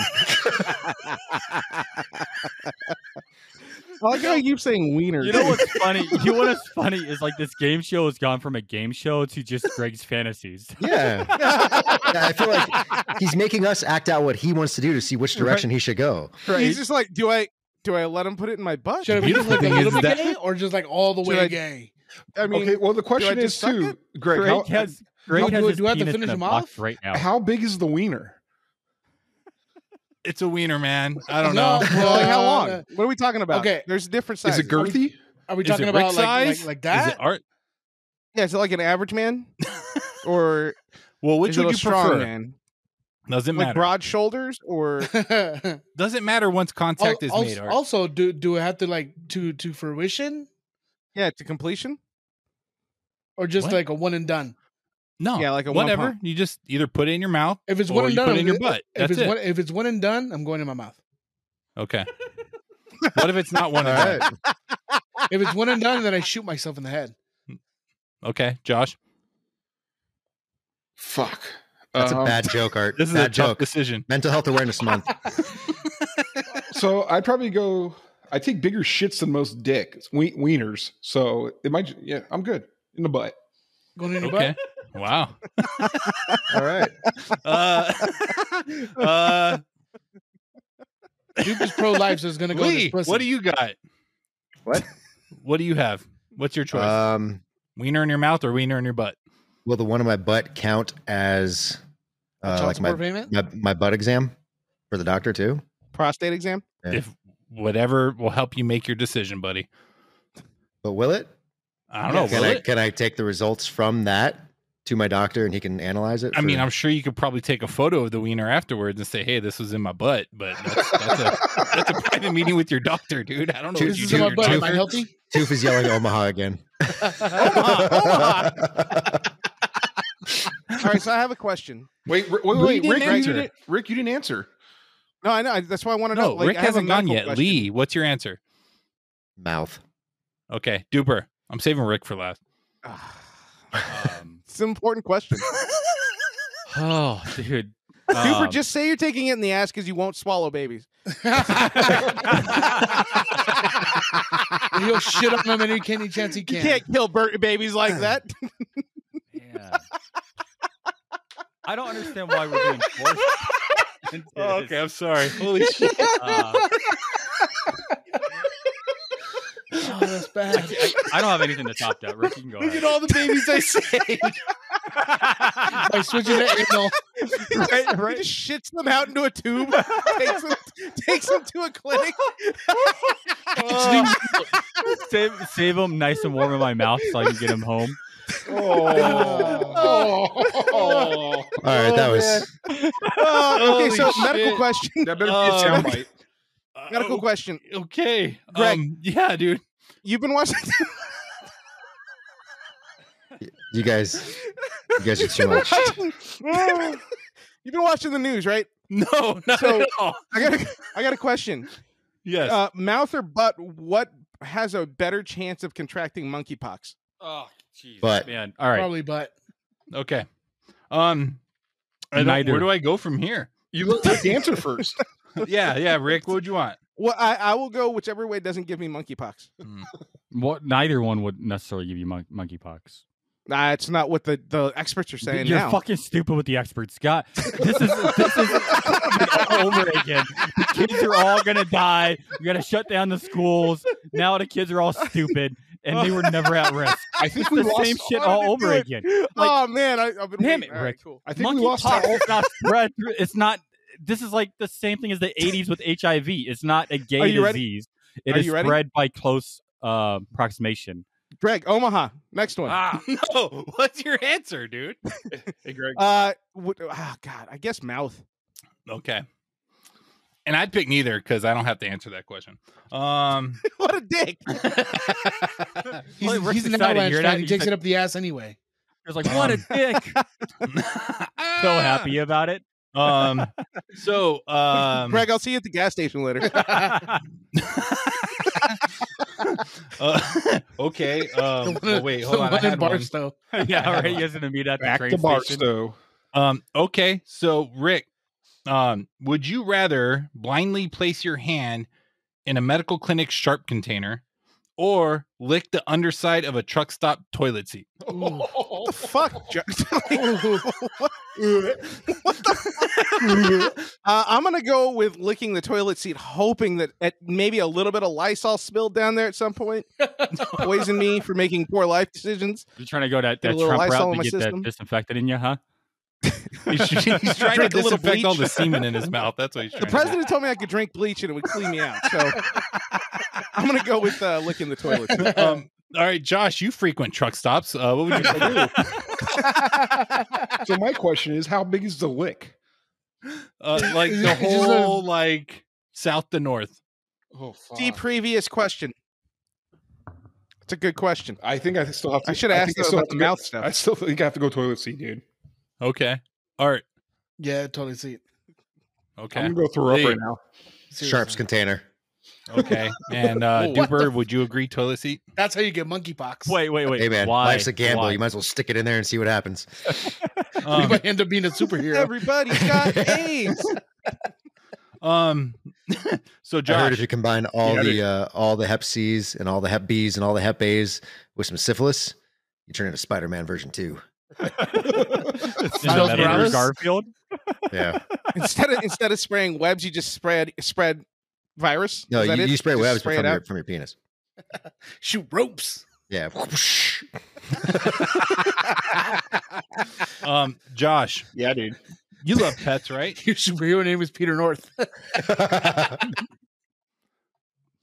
Speaker 2: I like how you keep saying wiener.
Speaker 6: You know what's funny? You know what's funny is like this game show has gone from a game show to just Greg's fantasies.
Speaker 4: Yeah. yeah, I feel like he's making us act out what he wants to do to see which direction he should go.
Speaker 2: He's just like, do I do I let him put it in my butt?
Speaker 8: Should it be just like a
Speaker 3: thing
Speaker 8: little
Speaker 3: is
Speaker 8: bit
Speaker 3: that-
Speaker 8: gay or just like all the
Speaker 2: Should
Speaker 8: way
Speaker 2: I-
Speaker 8: gay?
Speaker 2: I mean,
Speaker 5: okay, well the question is
Speaker 2: just suck
Speaker 5: too, Greg.
Speaker 6: Greg
Speaker 5: how,
Speaker 6: has Greg has
Speaker 8: how do I-
Speaker 6: his
Speaker 8: do I have to
Speaker 6: penis in
Speaker 8: finish
Speaker 6: a
Speaker 8: him
Speaker 6: box
Speaker 8: off?
Speaker 6: right now.
Speaker 5: how big is the wiener?
Speaker 3: it's a wiener, man. I don't
Speaker 8: No,
Speaker 3: know.
Speaker 8: bro.
Speaker 2: like how
Speaker 8: Uh,
Speaker 2: long? What are we talking about?
Speaker 8: okay.
Speaker 2: there's different sizes.
Speaker 5: Is it girthy?
Speaker 8: Are we
Speaker 3: Is
Speaker 8: talking
Speaker 3: it
Speaker 8: about
Speaker 3: Rick
Speaker 8: like, like
Speaker 3: size?
Speaker 8: like
Speaker 3: Is
Speaker 8: that?
Speaker 3: it art?
Speaker 2: Yeah, is it like an average man, or
Speaker 3: Well, which
Speaker 2: is it
Speaker 3: would
Speaker 2: a
Speaker 3: you
Speaker 2: strong
Speaker 3: prefer?
Speaker 2: man?
Speaker 3: Doesn't
Speaker 2: Like
Speaker 3: matter.
Speaker 2: broad shoulders, or
Speaker 3: Doesn't matter once contact is
Speaker 8: Al-
Speaker 3: made.
Speaker 8: also,
Speaker 3: Art.
Speaker 8: also, do do I have to like to to fruition
Speaker 2: yeah, to completion?
Speaker 8: or just
Speaker 3: What?
Speaker 8: like a one and done?
Speaker 3: no.
Speaker 2: yeah, like a one
Speaker 3: whatever.
Speaker 2: pump.
Speaker 3: You just either put it in your mouth
Speaker 8: If it's
Speaker 3: or
Speaker 8: one
Speaker 3: you
Speaker 8: and done,
Speaker 3: put it in
Speaker 8: I'm-
Speaker 3: your butt.
Speaker 8: If
Speaker 3: That's
Speaker 8: it's
Speaker 3: it.
Speaker 8: one if it's one and done, I'm going in my mouth.
Speaker 3: Okay. what if it's not one
Speaker 4: All
Speaker 3: and done?
Speaker 4: right.
Speaker 8: If it's one and done, then I shoot myself in the head.
Speaker 3: Okay, Josh.
Speaker 5: Fuck.
Speaker 4: That's a
Speaker 5: Um,
Speaker 4: bad joke, Art.
Speaker 3: This is a
Speaker 4: bad
Speaker 3: tough
Speaker 4: joke.
Speaker 3: decision.
Speaker 4: Mental Health Awareness Month.
Speaker 5: So I'd probably go. I take bigger shits than most dick It's we- wieners. So it might. Yeah, I'm good in the butt.
Speaker 8: Going in your
Speaker 3: Okay. Wow.
Speaker 4: All right.
Speaker 3: Uh, uh,
Speaker 8: butt. Duke is pro life, so it's gonna go. in his
Speaker 3: Lee,
Speaker 8: pussy.
Speaker 3: what do you got?
Speaker 4: What?
Speaker 3: What do you have? What's your choice?
Speaker 4: Um,
Speaker 3: wiener in your mouth or wiener in your butt?
Speaker 4: will the one in my butt count as
Speaker 8: A
Speaker 4: uh,
Speaker 8: child
Speaker 4: like my,
Speaker 8: support payment?
Speaker 4: my my butt exam for the doctor too?
Speaker 2: prostate exam.
Speaker 4: Yeah.
Speaker 3: If whatever will help you make your decision, buddy.
Speaker 4: But will it?
Speaker 3: I don't know.
Speaker 4: Can
Speaker 3: Oh, will
Speaker 4: I
Speaker 3: it?
Speaker 4: can I take the results from that to my doctor and he can analyze it?
Speaker 3: I mean,
Speaker 4: for-
Speaker 3: I'm sure you could probably take a photo of the wiener afterwards and say, "Hey, this was in my butt," but that's, that's a that's a private meeting with your doctor, dude. I don't know
Speaker 4: Dude,
Speaker 3: what
Speaker 8: This
Speaker 3: you
Speaker 8: is
Speaker 3: do.
Speaker 8: in my
Speaker 3: to your
Speaker 8: butt. Am I
Speaker 3: doctor.
Speaker 8: healthy?
Speaker 4: Toof is yelling Omaha again.
Speaker 2: Omaha, All right, so I have a question.
Speaker 5: Wait, Ri- wait,
Speaker 3: Lee
Speaker 5: wait,
Speaker 3: didn't
Speaker 5: Rick, you
Speaker 3: answer.
Speaker 5: didn't, Rick, you didn't answer.
Speaker 2: No, I know. I- That's why I want to know.
Speaker 3: No,
Speaker 2: like,
Speaker 3: Rick
Speaker 2: I have a
Speaker 3: hasn't gone
Speaker 2: medical
Speaker 3: yet.
Speaker 2: question.
Speaker 3: Lee, what's your answer?
Speaker 4: Mouth.
Speaker 3: Okay, Duper. I'm saving Rick for last.
Speaker 6: Um,
Speaker 2: Ah, It's an important question.
Speaker 6: oh, dude.
Speaker 2: Super,
Speaker 6: Um,
Speaker 2: just say you're taking it in the ass because you won't swallow babies.
Speaker 8: And He'll shit on him any any chance he
Speaker 2: You
Speaker 8: can.
Speaker 2: can't kill bir- babies like that.
Speaker 6: man. I don't understand why we're being forced. into this.
Speaker 3: Oh, I'm sorry. Holy shit!
Speaker 6: Uh,
Speaker 8: Oh, that's bad.
Speaker 6: I, I don't have anything to top that. Rick, you can go
Speaker 3: Look
Speaker 6: ahead.
Speaker 3: at all the babies I saved.
Speaker 8: By switching to anal.
Speaker 2: right, He just shits them out into a tube, takes them, takes them to a clinic.
Speaker 6: Oh. save, save him nice and warm in my mouth so I can get him home.
Speaker 5: Oh.
Speaker 4: All right, that was
Speaker 2: Uh, okay,
Speaker 3: Holy
Speaker 2: so medical
Speaker 3: shit.
Speaker 2: question.
Speaker 5: that better be
Speaker 3: Uh,
Speaker 5: a soundbite.
Speaker 2: Medical question.
Speaker 3: Okay,
Speaker 2: Greg.
Speaker 3: Um, yeah, dude.
Speaker 2: You've been watching.
Speaker 4: you guys. You guys are too much.
Speaker 2: You've been watching the news, right?
Speaker 3: No, not
Speaker 2: So-
Speaker 3: at all.
Speaker 2: I got a, I got a question.
Speaker 3: Yes.
Speaker 2: Uh, mouth or butt? What has a better chance of contracting monkeypox?
Speaker 6: Oh, jeez.
Speaker 4: But-
Speaker 6: man, all right.
Speaker 8: Probably butt.
Speaker 3: okay. Um, I don't-
Speaker 6: Neither.
Speaker 3: Where do I go from here?
Speaker 5: You look at the answer first.
Speaker 3: yeah, yeah, Rick. What would you want?
Speaker 2: Well, I, I will go whichever way doesn't give me monkeypox.
Speaker 6: What? Neither one would necessarily give you mon- monkeypox.
Speaker 2: Nah, it's not what the, the experts are saying
Speaker 6: You're
Speaker 2: now.
Speaker 6: fucking stupid with the experts, Scott. This is this is all over again. The kids are all gonna die. We gotta shut down the schools. Now the kids are all stupid, and they were never at risk.
Speaker 5: I think we
Speaker 6: It's the
Speaker 5: lost.
Speaker 6: same shit
Speaker 2: I wanted
Speaker 6: all
Speaker 2: to
Speaker 6: over
Speaker 2: do it.
Speaker 6: again.
Speaker 2: oh man, I, I've been
Speaker 6: Damn
Speaker 2: waiting.
Speaker 6: it,
Speaker 2: All right,
Speaker 6: Rick.
Speaker 2: cool.
Speaker 5: I think we
Speaker 6: Monkey
Speaker 5: lost.
Speaker 6: pox is not spread through. It's not. This is like the same thing as the '80s with HIV. It's not a
Speaker 2: Are
Speaker 6: gay
Speaker 2: you ready?
Speaker 6: disease. It
Speaker 2: Are
Speaker 6: is
Speaker 2: you ready?
Speaker 6: spread by close uh, approximation.
Speaker 2: Greg, Omaha, next one.
Speaker 3: Ah, no. What's your answer, dude?
Speaker 5: Hey, Greg.
Speaker 2: Uh, what, ah, God, I guess mouth.
Speaker 3: Okay. And I'd pick neither because I don't have to answer that question. Um,
Speaker 2: what a dick!
Speaker 8: He's,
Speaker 6: Well, Rick's
Speaker 8: he's an
Speaker 6: excited.
Speaker 8: outlash.
Speaker 6: You're
Speaker 8: fan.
Speaker 6: not-
Speaker 8: He
Speaker 6: you
Speaker 8: takes
Speaker 6: said-
Speaker 8: it up the ass anyway.
Speaker 6: It's like what a dick. So
Speaker 3: Ah.
Speaker 6: happy about it.
Speaker 3: Um, so, um,
Speaker 2: Greg, I'll see you at the gas station later.
Speaker 3: uh, okay. Um,
Speaker 8: The one-
Speaker 3: well, wait, hold
Speaker 8: the
Speaker 3: on. I
Speaker 8: one in
Speaker 3: had one.
Speaker 8: Barstow.
Speaker 6: yeah, all right. You guys are gonna meet at the
Speaker 5: Back
Speaker 6: train
Speaker 5: to
Speaker 6: station.
Speaker 5: Barstow.
Speaker 3: Um, okay, so Rick, um, would you rather blindly place your hand in a medical clinic sharp container or lick the underside of a truck stop toilet seat?
Speaker 2: what the fuck? Jo- what? what the fuck? uh, I'm gonna go with licking the toilet seat, hoping that at maybe a little bit of Lysol spilled down there at some point, poison me for making poor life decisions.
Speaker 6: You're trying to go that,
Speaker 2: Get a
Speaker 6: that
Speaker 2: little
Speaker 6: Trump
Speaker 2: Lysol
Speaker 6: route
Speaker 2: in
Speaker 6: to
Speaker 2: my
Speaker 6: get
Speaker 2: system.
Speaker 6: that disinfectant in you, huh?
Speaker 3: He's, he's trying to
Speaker 2: Drink a little
Speaker 3: disinfect all the
Speaker 2: bleach.
Speaker 3: semen in his mouth. That's what he's trying
Speaker 2: The
Speaker 3: to do.
Speaker 2: president told me I could drink bleach and it would clean me out. So I'm gonna go with uh, licking the toilet. seat.
Speaker 3: Um, all right, Josh, you frequent truck stops. Uh, what would you do?
Speaker 5: So my question is, how big is the lick?
Speaker 3: Uh, like the
Speaker 8: It's just a-
Speaker 3: whole like south to north.
Speaker 5: Oh, fuck.
Speaker 2: The previous question. It's a good question.
Speaker 5: I think I still have to.
Speaker 2: I should have asked
Speaker 5: think I
Speaker 2: them
Speaker 5: still
Speaker 2: about
Speaker 5: have
Speaker 2: the
Speaker 5: to go-
Speaker 2: mouth stuff.
Speaker 5: I still think I have to go toilet seat, dude.
Speaker 3: Okay. All right.
Speaker 8: Yeah, totally see it.
Speaker 3: Okay.
Speaker 5: I'm gonna go throw up
Speaker 3: Hey.
Speaker 5: right now.
Speaker 4: Sharps
Speaker 8: Seriously.
Speaker 4: container.
Speaker 3: Okay. And uh,
Speaker 8: What the
Speaker 3: Duper, would you agree toilet seat?
Speaker 8: That's how you get monkeypox.
Speaker 6: Wait, wait, wait.
Speaker 4: Hey man,
Speaker 6: Why?
Speaker 4: life's a gamble.
Speaker 6: Why?
Speaker 4: You might as well stick it in there and see what happens.
Speaker 8: you
Speaker 3: Um,
Speaker 8: might end up being a superhero.
Speaker 2: Everybody's got AIDS.
Speaker 3: um,
Speaker 4: I
Speaker 3: so
Speaker 4: heard
Speaker 3: Josh,
Speaker 4: if you combine all
Speaker 5: Yeah,
Speaker 4: the uh, all the Hep C's and all the Hep B's and all the Hep A's with some syphilis, you turn into Spider-Man version two.
Speaker 6: It's
Speaker 3: Miles
Speaker 6: Andrew
Speaker 3: Morales?
Speaker 6: Garfield.
Speaker 4: Yeah,
Speaker 2: instead of instead of spraying webs, you just spread spread virus.
Speaker 4: no,
Speaker 2: Is that
Speaker 4: you,
Speaker 2: it?
Speaker 4: you spray
Speaker 2: Just
Speaker 4: webs
Speaker 2: spray
Speaker 4: from
Speaker 2: it
Speaker 4: your,
Speaker 2: out.
Speaker 4: from your penis.
Speaker 8: Shoot ropes.
Speaker 4: Yeah,
Speaker 3: um, Josh,
Speaker 5: Yeah, dude.
Speaker 3: you love pets, right?
Speaker 8: Your superhero name is Peter North.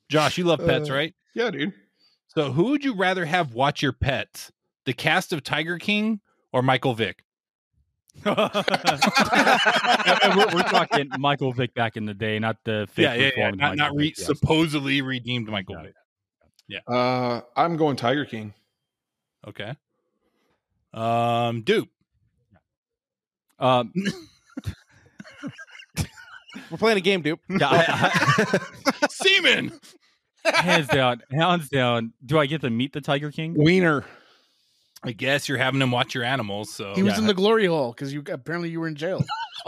Speaker 3: Josh, you love pets,
Speaker 4: Uh,
Speaker 3: right?
Speaker 5: Yeah, dude.
Speaker 3: So who would you rather have watch your pets? The cast of Tiger King or Michael Vick?
Speaker 6: And- and we're, we're talking Michael Vick back in the day, not the fake
Speaker 3: yeah, yeah, yeah.
Speaker 6: reformed
Speaker 3: Not, not
Speaker 6: Michael
Speaker 3: re-
Speaker 6: Vick, yes.
Speaker 3: supposedly redeemed Michael
Speaker 6: Got
Speaker 3: Vick.
Speaker 5: Uh, I'm going Tiger King.
Speaker 3: Okay. Um, dude.
Speaker 6: Um,
Speaker 2: We're playing a game, dude.
Speaker 6: yeah, I-
Speaker 3: Seaman.
Speaker 6: I- hands down, hands down. Do I get to meet the Tiger King?
Speaker 5: Wiener.
Speaker 3: I guess you're having him watch your animals. So
Speaker 8: He was
Speaker 6: Oh, Yeah.
Speaker 8: in the glory hole because you apparently you were in jail.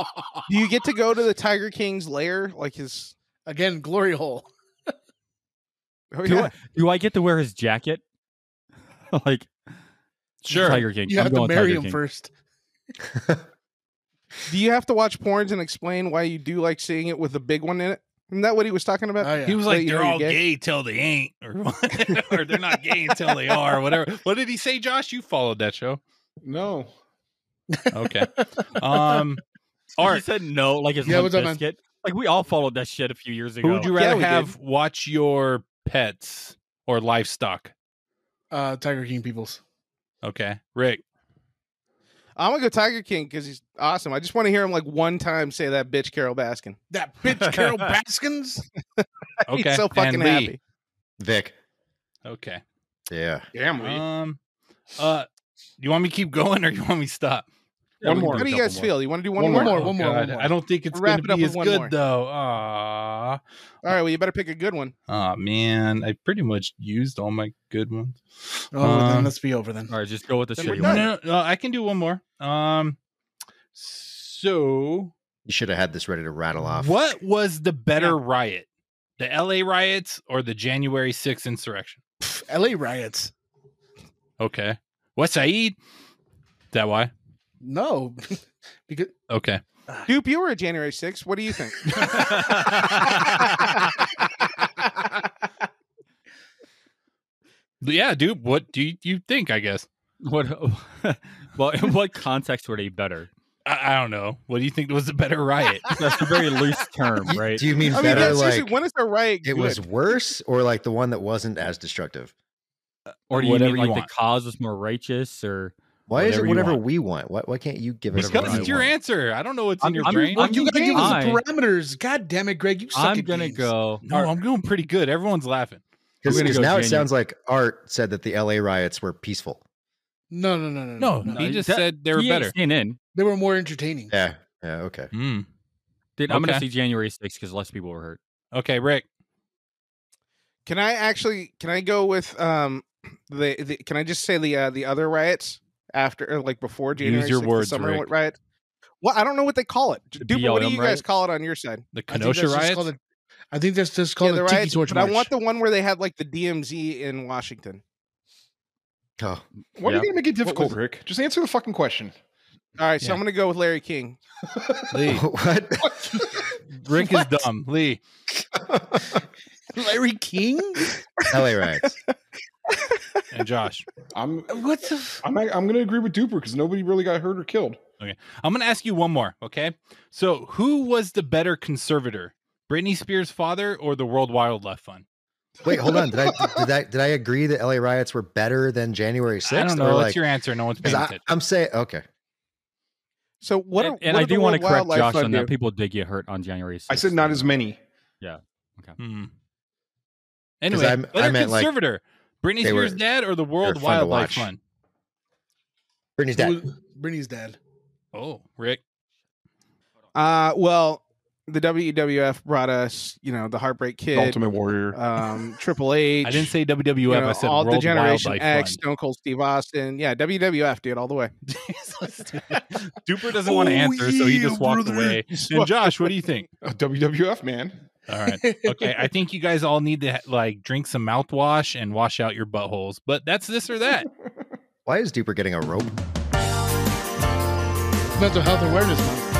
Speaker 2: Do you get to go to the Tiger King's lair? Like his
Speaker 8: Again, glory hole.
Speaker 2: oh,
Speaker 6: Do
Speaker 2: yeah.
Speaker 6: I, do I get to wear his jacket? like
Speaker 3: sure.
Speaker 6: Tiger King.
Speaker 8: You
Speaker 6: I'm
Speaker 8: have to
Speaker 6: going
Speaker 8: marry
Speaker 6: Tiger
Speaker 8: him
Speaker 6: King.
Speaker 8: first.
Speaker 2: Do you have to watch porns and explain why you do like seeing it with the big one in it? Isn't that what he was talking about?
Speaker 8: Oh, yeah.
Speaker 3: He was
Speaker 2: Let
Speaker 3: like,
Speaker 2: you know
Speaker 3: they're
Speaker 2: you're
Speaker 3: all gay.
Speaker 2: gay."
Speaker 3: till they ain't, or, or they're not gay until they are, or whatever. What did he say, Josh? You followed that show.
Speaker 5: No.
Speaker 3: Okay. Um,
Speaker 6: Or
Speaker 3: Art,
Speaker 6: he said no, like his
Speaker 8: Yeah,
Speaker 6: Limp
Speaker 8: what's up, man?
Speaker 6: biscuit. Like we all followed that shit a few years ago.
Speaker 3: who would you
Speaker 2: Yeah,
Speaker 3: rather
Speaker 2: we did.
Speaker 3: have watch your pets or livestock?
Speaker 8: Uh, Tiger King peoples.
Speaker 3: Okay. Rick.
Speaker 2: I'm gonna go Tiger King because he's awesome. I just want to hear him like one time say that bitch Carol Baskin.
Speaker 8: That bitch Carol Baskins.
Speaker 3: Okay.
Speaker 2: he's so
Speaker 3: and
Speaker 2: fucking
Speaker 3: Lee.
Speaker 2: happy.
Speaker 4: Vic.
Speaker 3: Okay.
Speaker 4: Yeah,
Speaker 5: Damn, Lee.
Speaker 3: Um, uh, you want me to keep going or you want me to stop?
Speaker 6: Yeah,
Speaker 2: One
Speaker 6: we can
Speaker 2: more.
Speaker 6: do
Speaker 2: How
Speaker 6: a
Speaker 2: do you
Speaker 6: couple
Speaker 2: guys feel? You want to do one,
Speaker 8: One
Speaker 2: more?
Speaker 8: more.
Speaker 3: Oh,
Speaker 8: one
Speaker 3: God,
Speaker 8: more.
Speaker 3: I don't think it's
Speaker 2: Wrap
Speaker 3: going
Speaker 2: it
Speaker 3: to
Speaker 2: up
Speaker 3: be
Speaker 2: with
Speaker 3: as
Speaker 2: one
Speaker 3: good
Speaker 2: more.
Speaker 3: though. Aww.
Speaker 2: All right. Well, you better pick a good one.
Speaker 3: Oh man, I pretty much used all my good ones.
Speaker 8: Oh,
Speaker 6: Uh-huh.
Speaker 8: well,
Speaker 3: Um,
Speaker 8: then let's be over then.
Speaker 6: All right, just go with the
Speaker 2: Then we're
Speaker 6: shitty
Speaker 2: done.
Speaker 6: one.
Speaker 3: no, no, no, I can do one more. Um, so
Speaker 4: you should have had this ready to rattle off.
Speaker 3: what was the better riot, the L.A. riots or the January 6th insurrection?
Speaker 8: Pff, LA riots.
Speaker 3: Okay, what Saeed? Is that why?
Speaker 8: No, because
Speaker 3: Okay.
Speaker 2: Dupe, you were a January 6th. What do you think?
Speaker 3: Yeah, dude. What do you, you think? I guess
Speaker 6: What? well, in what context were they better?
Speaker 3: I, I don't know. What do you think was the better riot?
Speaker 6: That's a very loose term,
Speaker 4: Y-
Speaker 6: right?
Speaker 4: Do you mean
Speaker 2: I mean,
Speaker 4: better?
Speaker 2: yeah, seriously,
Speaker 4: like
Speaker 2: when is the right?
Speaker 4: it was worse, or like the one that wasn't as destructive?
Speaker 6: or do you
Speaker 3: whatever
Speaker 6: mean
Speaker 3: you
Speaker 6: like
Speaker 3: want.
Speaker 6: the cause was more righteous? Or
Speaker 4: Why is
Speaker 6: Whatever
Speaker 4: it
Speaker 6: you
Speaker 4: whatever
Speaker 6: want.
Speaker 4: we want? Why, why can't you give it?
Speaker 3: because it's your answer. I don't know what's in
Speaker 6: I'm-
Speaker 3: your
Speaker 6: I'm-
Speaker 3: brain.
Speaker 6: I'm-
Speaker 8: you gotta give us
Speaker 6: I-
Speaker 8: the parameters. God damn it, Greg, you suck
Speaker 6: I'm
Speaker 8: at
Speaker 6: gonna
Speaker 8: games.
Speaker 6: go.
Speaker 3: no, I'm doing pretty good. Everyone's laughing.
Speaker 6: We're gonna
Speaker 4: Because
Speaker 6: go
Speaker 4: now it
Speaker 6: January.
Speaker 4: sounds like Art said that the LA riots were peaceful.
Speaker 8: No, no, no, no,
Speaker 3: No,
Speaker 8: no.
Speaker 6: no,
Speaker 3: he just
Speaker 6: that-
Speaker 3: said they were
Speaker 6: He ain't
Speaker 3: better.
Speaker 6: staying in.
Speaker 8: They were more entertaining.
Speaker 4: Yeah. Yeah. Okay.
Speaker 3: Mm.
Speaker 6: Dude, I'm gonna
Speaker 3: Okay.
Speaker 6: see January 6th because less people were hurt.
Speaker 3: Okay, Rick.
Speaker 2: Can I actually? Can I go with um the? the can I just say the uh, the other riots after, or like before January?
Speaker 3: your
Speaker 2: 6th, the
Speaker 3: words,
Speaker 2: summer
Speaker 3: Rick.
Speaker 2: riot. Well, I don't know what they call it.
Speaker 6: The
Speaker 2: Dupe, what do
Speaker 6: BLM
Speaker 2: you guys
Speaker 6: riot?
Speaker 2: call it on your side?
Speaker 3: The
Speaker 8: I think that's
Speaker 3: Kenosha
Speaker 8: just
Speaker 3: riots.
Speaker 8: called a- I think that's just
Speaker 2: Yeah,
Speaker 8: called
Speaker 2: the
Speaker 8: a tiki
Speaker 2: riots.
Speaker 8: torch
Speaker 2: But
Speaker 8: march.
Speaker 2: I want the one where they had like the DMZ in Washington.
Speaker 4: Oh,
Speaker 5: Why
Speaker 6: Yeah.
Speaker 5: are you gonna make it difficult,
Speaker 2: was
Speaker 5: Rick? Just answer the fucking question.
Speaker 2: All right, so
Speaker 3: Yeah.
Speaker 2: I'm gonna go with Larry King.
Speaker 3: Lee.
Speaker 4: what?
Speaker 3: Rick is dumb. Lee.
Speaker 8: Larry King.
Speaker 4: LA riots.
Speaker 3: and Josh.
Speaker 5: I'm
Speaker 8: What the? F-
Speaker 5: I'm I'm gonna agree with Duper because nobody really got hurt or killed.
Speaker 3: I'm going to ask you one more, okay? So, who was the better conservator, Britney Spears' father or the World Wildlife Fund?
Speaker 4: Wait, hold on. Did I did I did I agree that LA riots were better than January sixth?
Speaker 3: I don't know. What's your answer? No one's paying attention.
Speaker 4: I'm saying okay.
Speaker 2: So what?
Speaker 6: and
Speaker 2: are,
Speaker 6: and
Speaker 2: what
Speaker 6: I
Speaker 2: are the
Speaker 6: do want to
Speaker 2: World
Speaker 6: correct
Speaker 2: Wildlife
Speaker 6: Josh
Speaker 2: Fund
Speaker 6: on
Speaker 2: do?
Speaker 6: that. People did get hurt on January 6th.
Speaker 5: I said not as many.
Speaker 3: Hmm. Anyway,
Speaker 4: I'm-
Speaker 3: better
Speaker 4: I meant, like,
Speaker 3: conservator, Britney
Speaker 4: they were-
Speaker 3: Spears' dad or the
Speaker 4: fun
Speaker 3: World
Speaker 4: to
Speaker 3: Wildlife
Speaker 4: watch.
Speaker 3: Fund?
Speaker 4: Brittany's dad.
Speaker 8: Who- Britney's dad.
Speaker 3: Oh, Rick.
Speaker 2: Uh, well, the WWF brought us, you know, the Heartbreak
Speaker 5: The
Speaker 2: Kid,
Speaker 5: Ultimate Warrior.
Speaker 2: um, Triple H.
Speaker 3: I didn't say WWF.
Speaker 2: you know,
Speaker 3: I said
Speaker 2: all
Speaker 3: World
Speaker 2: the Generation
Speaker 3: Wildlife
Speaker 2: X,
Speaker 3: Fund.
Speaker 2: Stone Cold Steve Austin. Yeah, WWF, dude, all the way.
Speaker 3: Duper doesn't want to
Speaker 8: Oh,
Speaker 3: answer, so he
Speaker 8: yeah,
Speaker 3: just walked
Speaker 8: brother.
Speaker 3: away. And Josh, what do you think?
Speaker 5: A WWF man.
Speaker 3: All right. Okay. I think you guys all need to like drink some mouthwash and wash out your buttholes. But that's this or that.
Speaker 4: Why is Duper getting a rope?
Speaker 8: Mental health awareness month.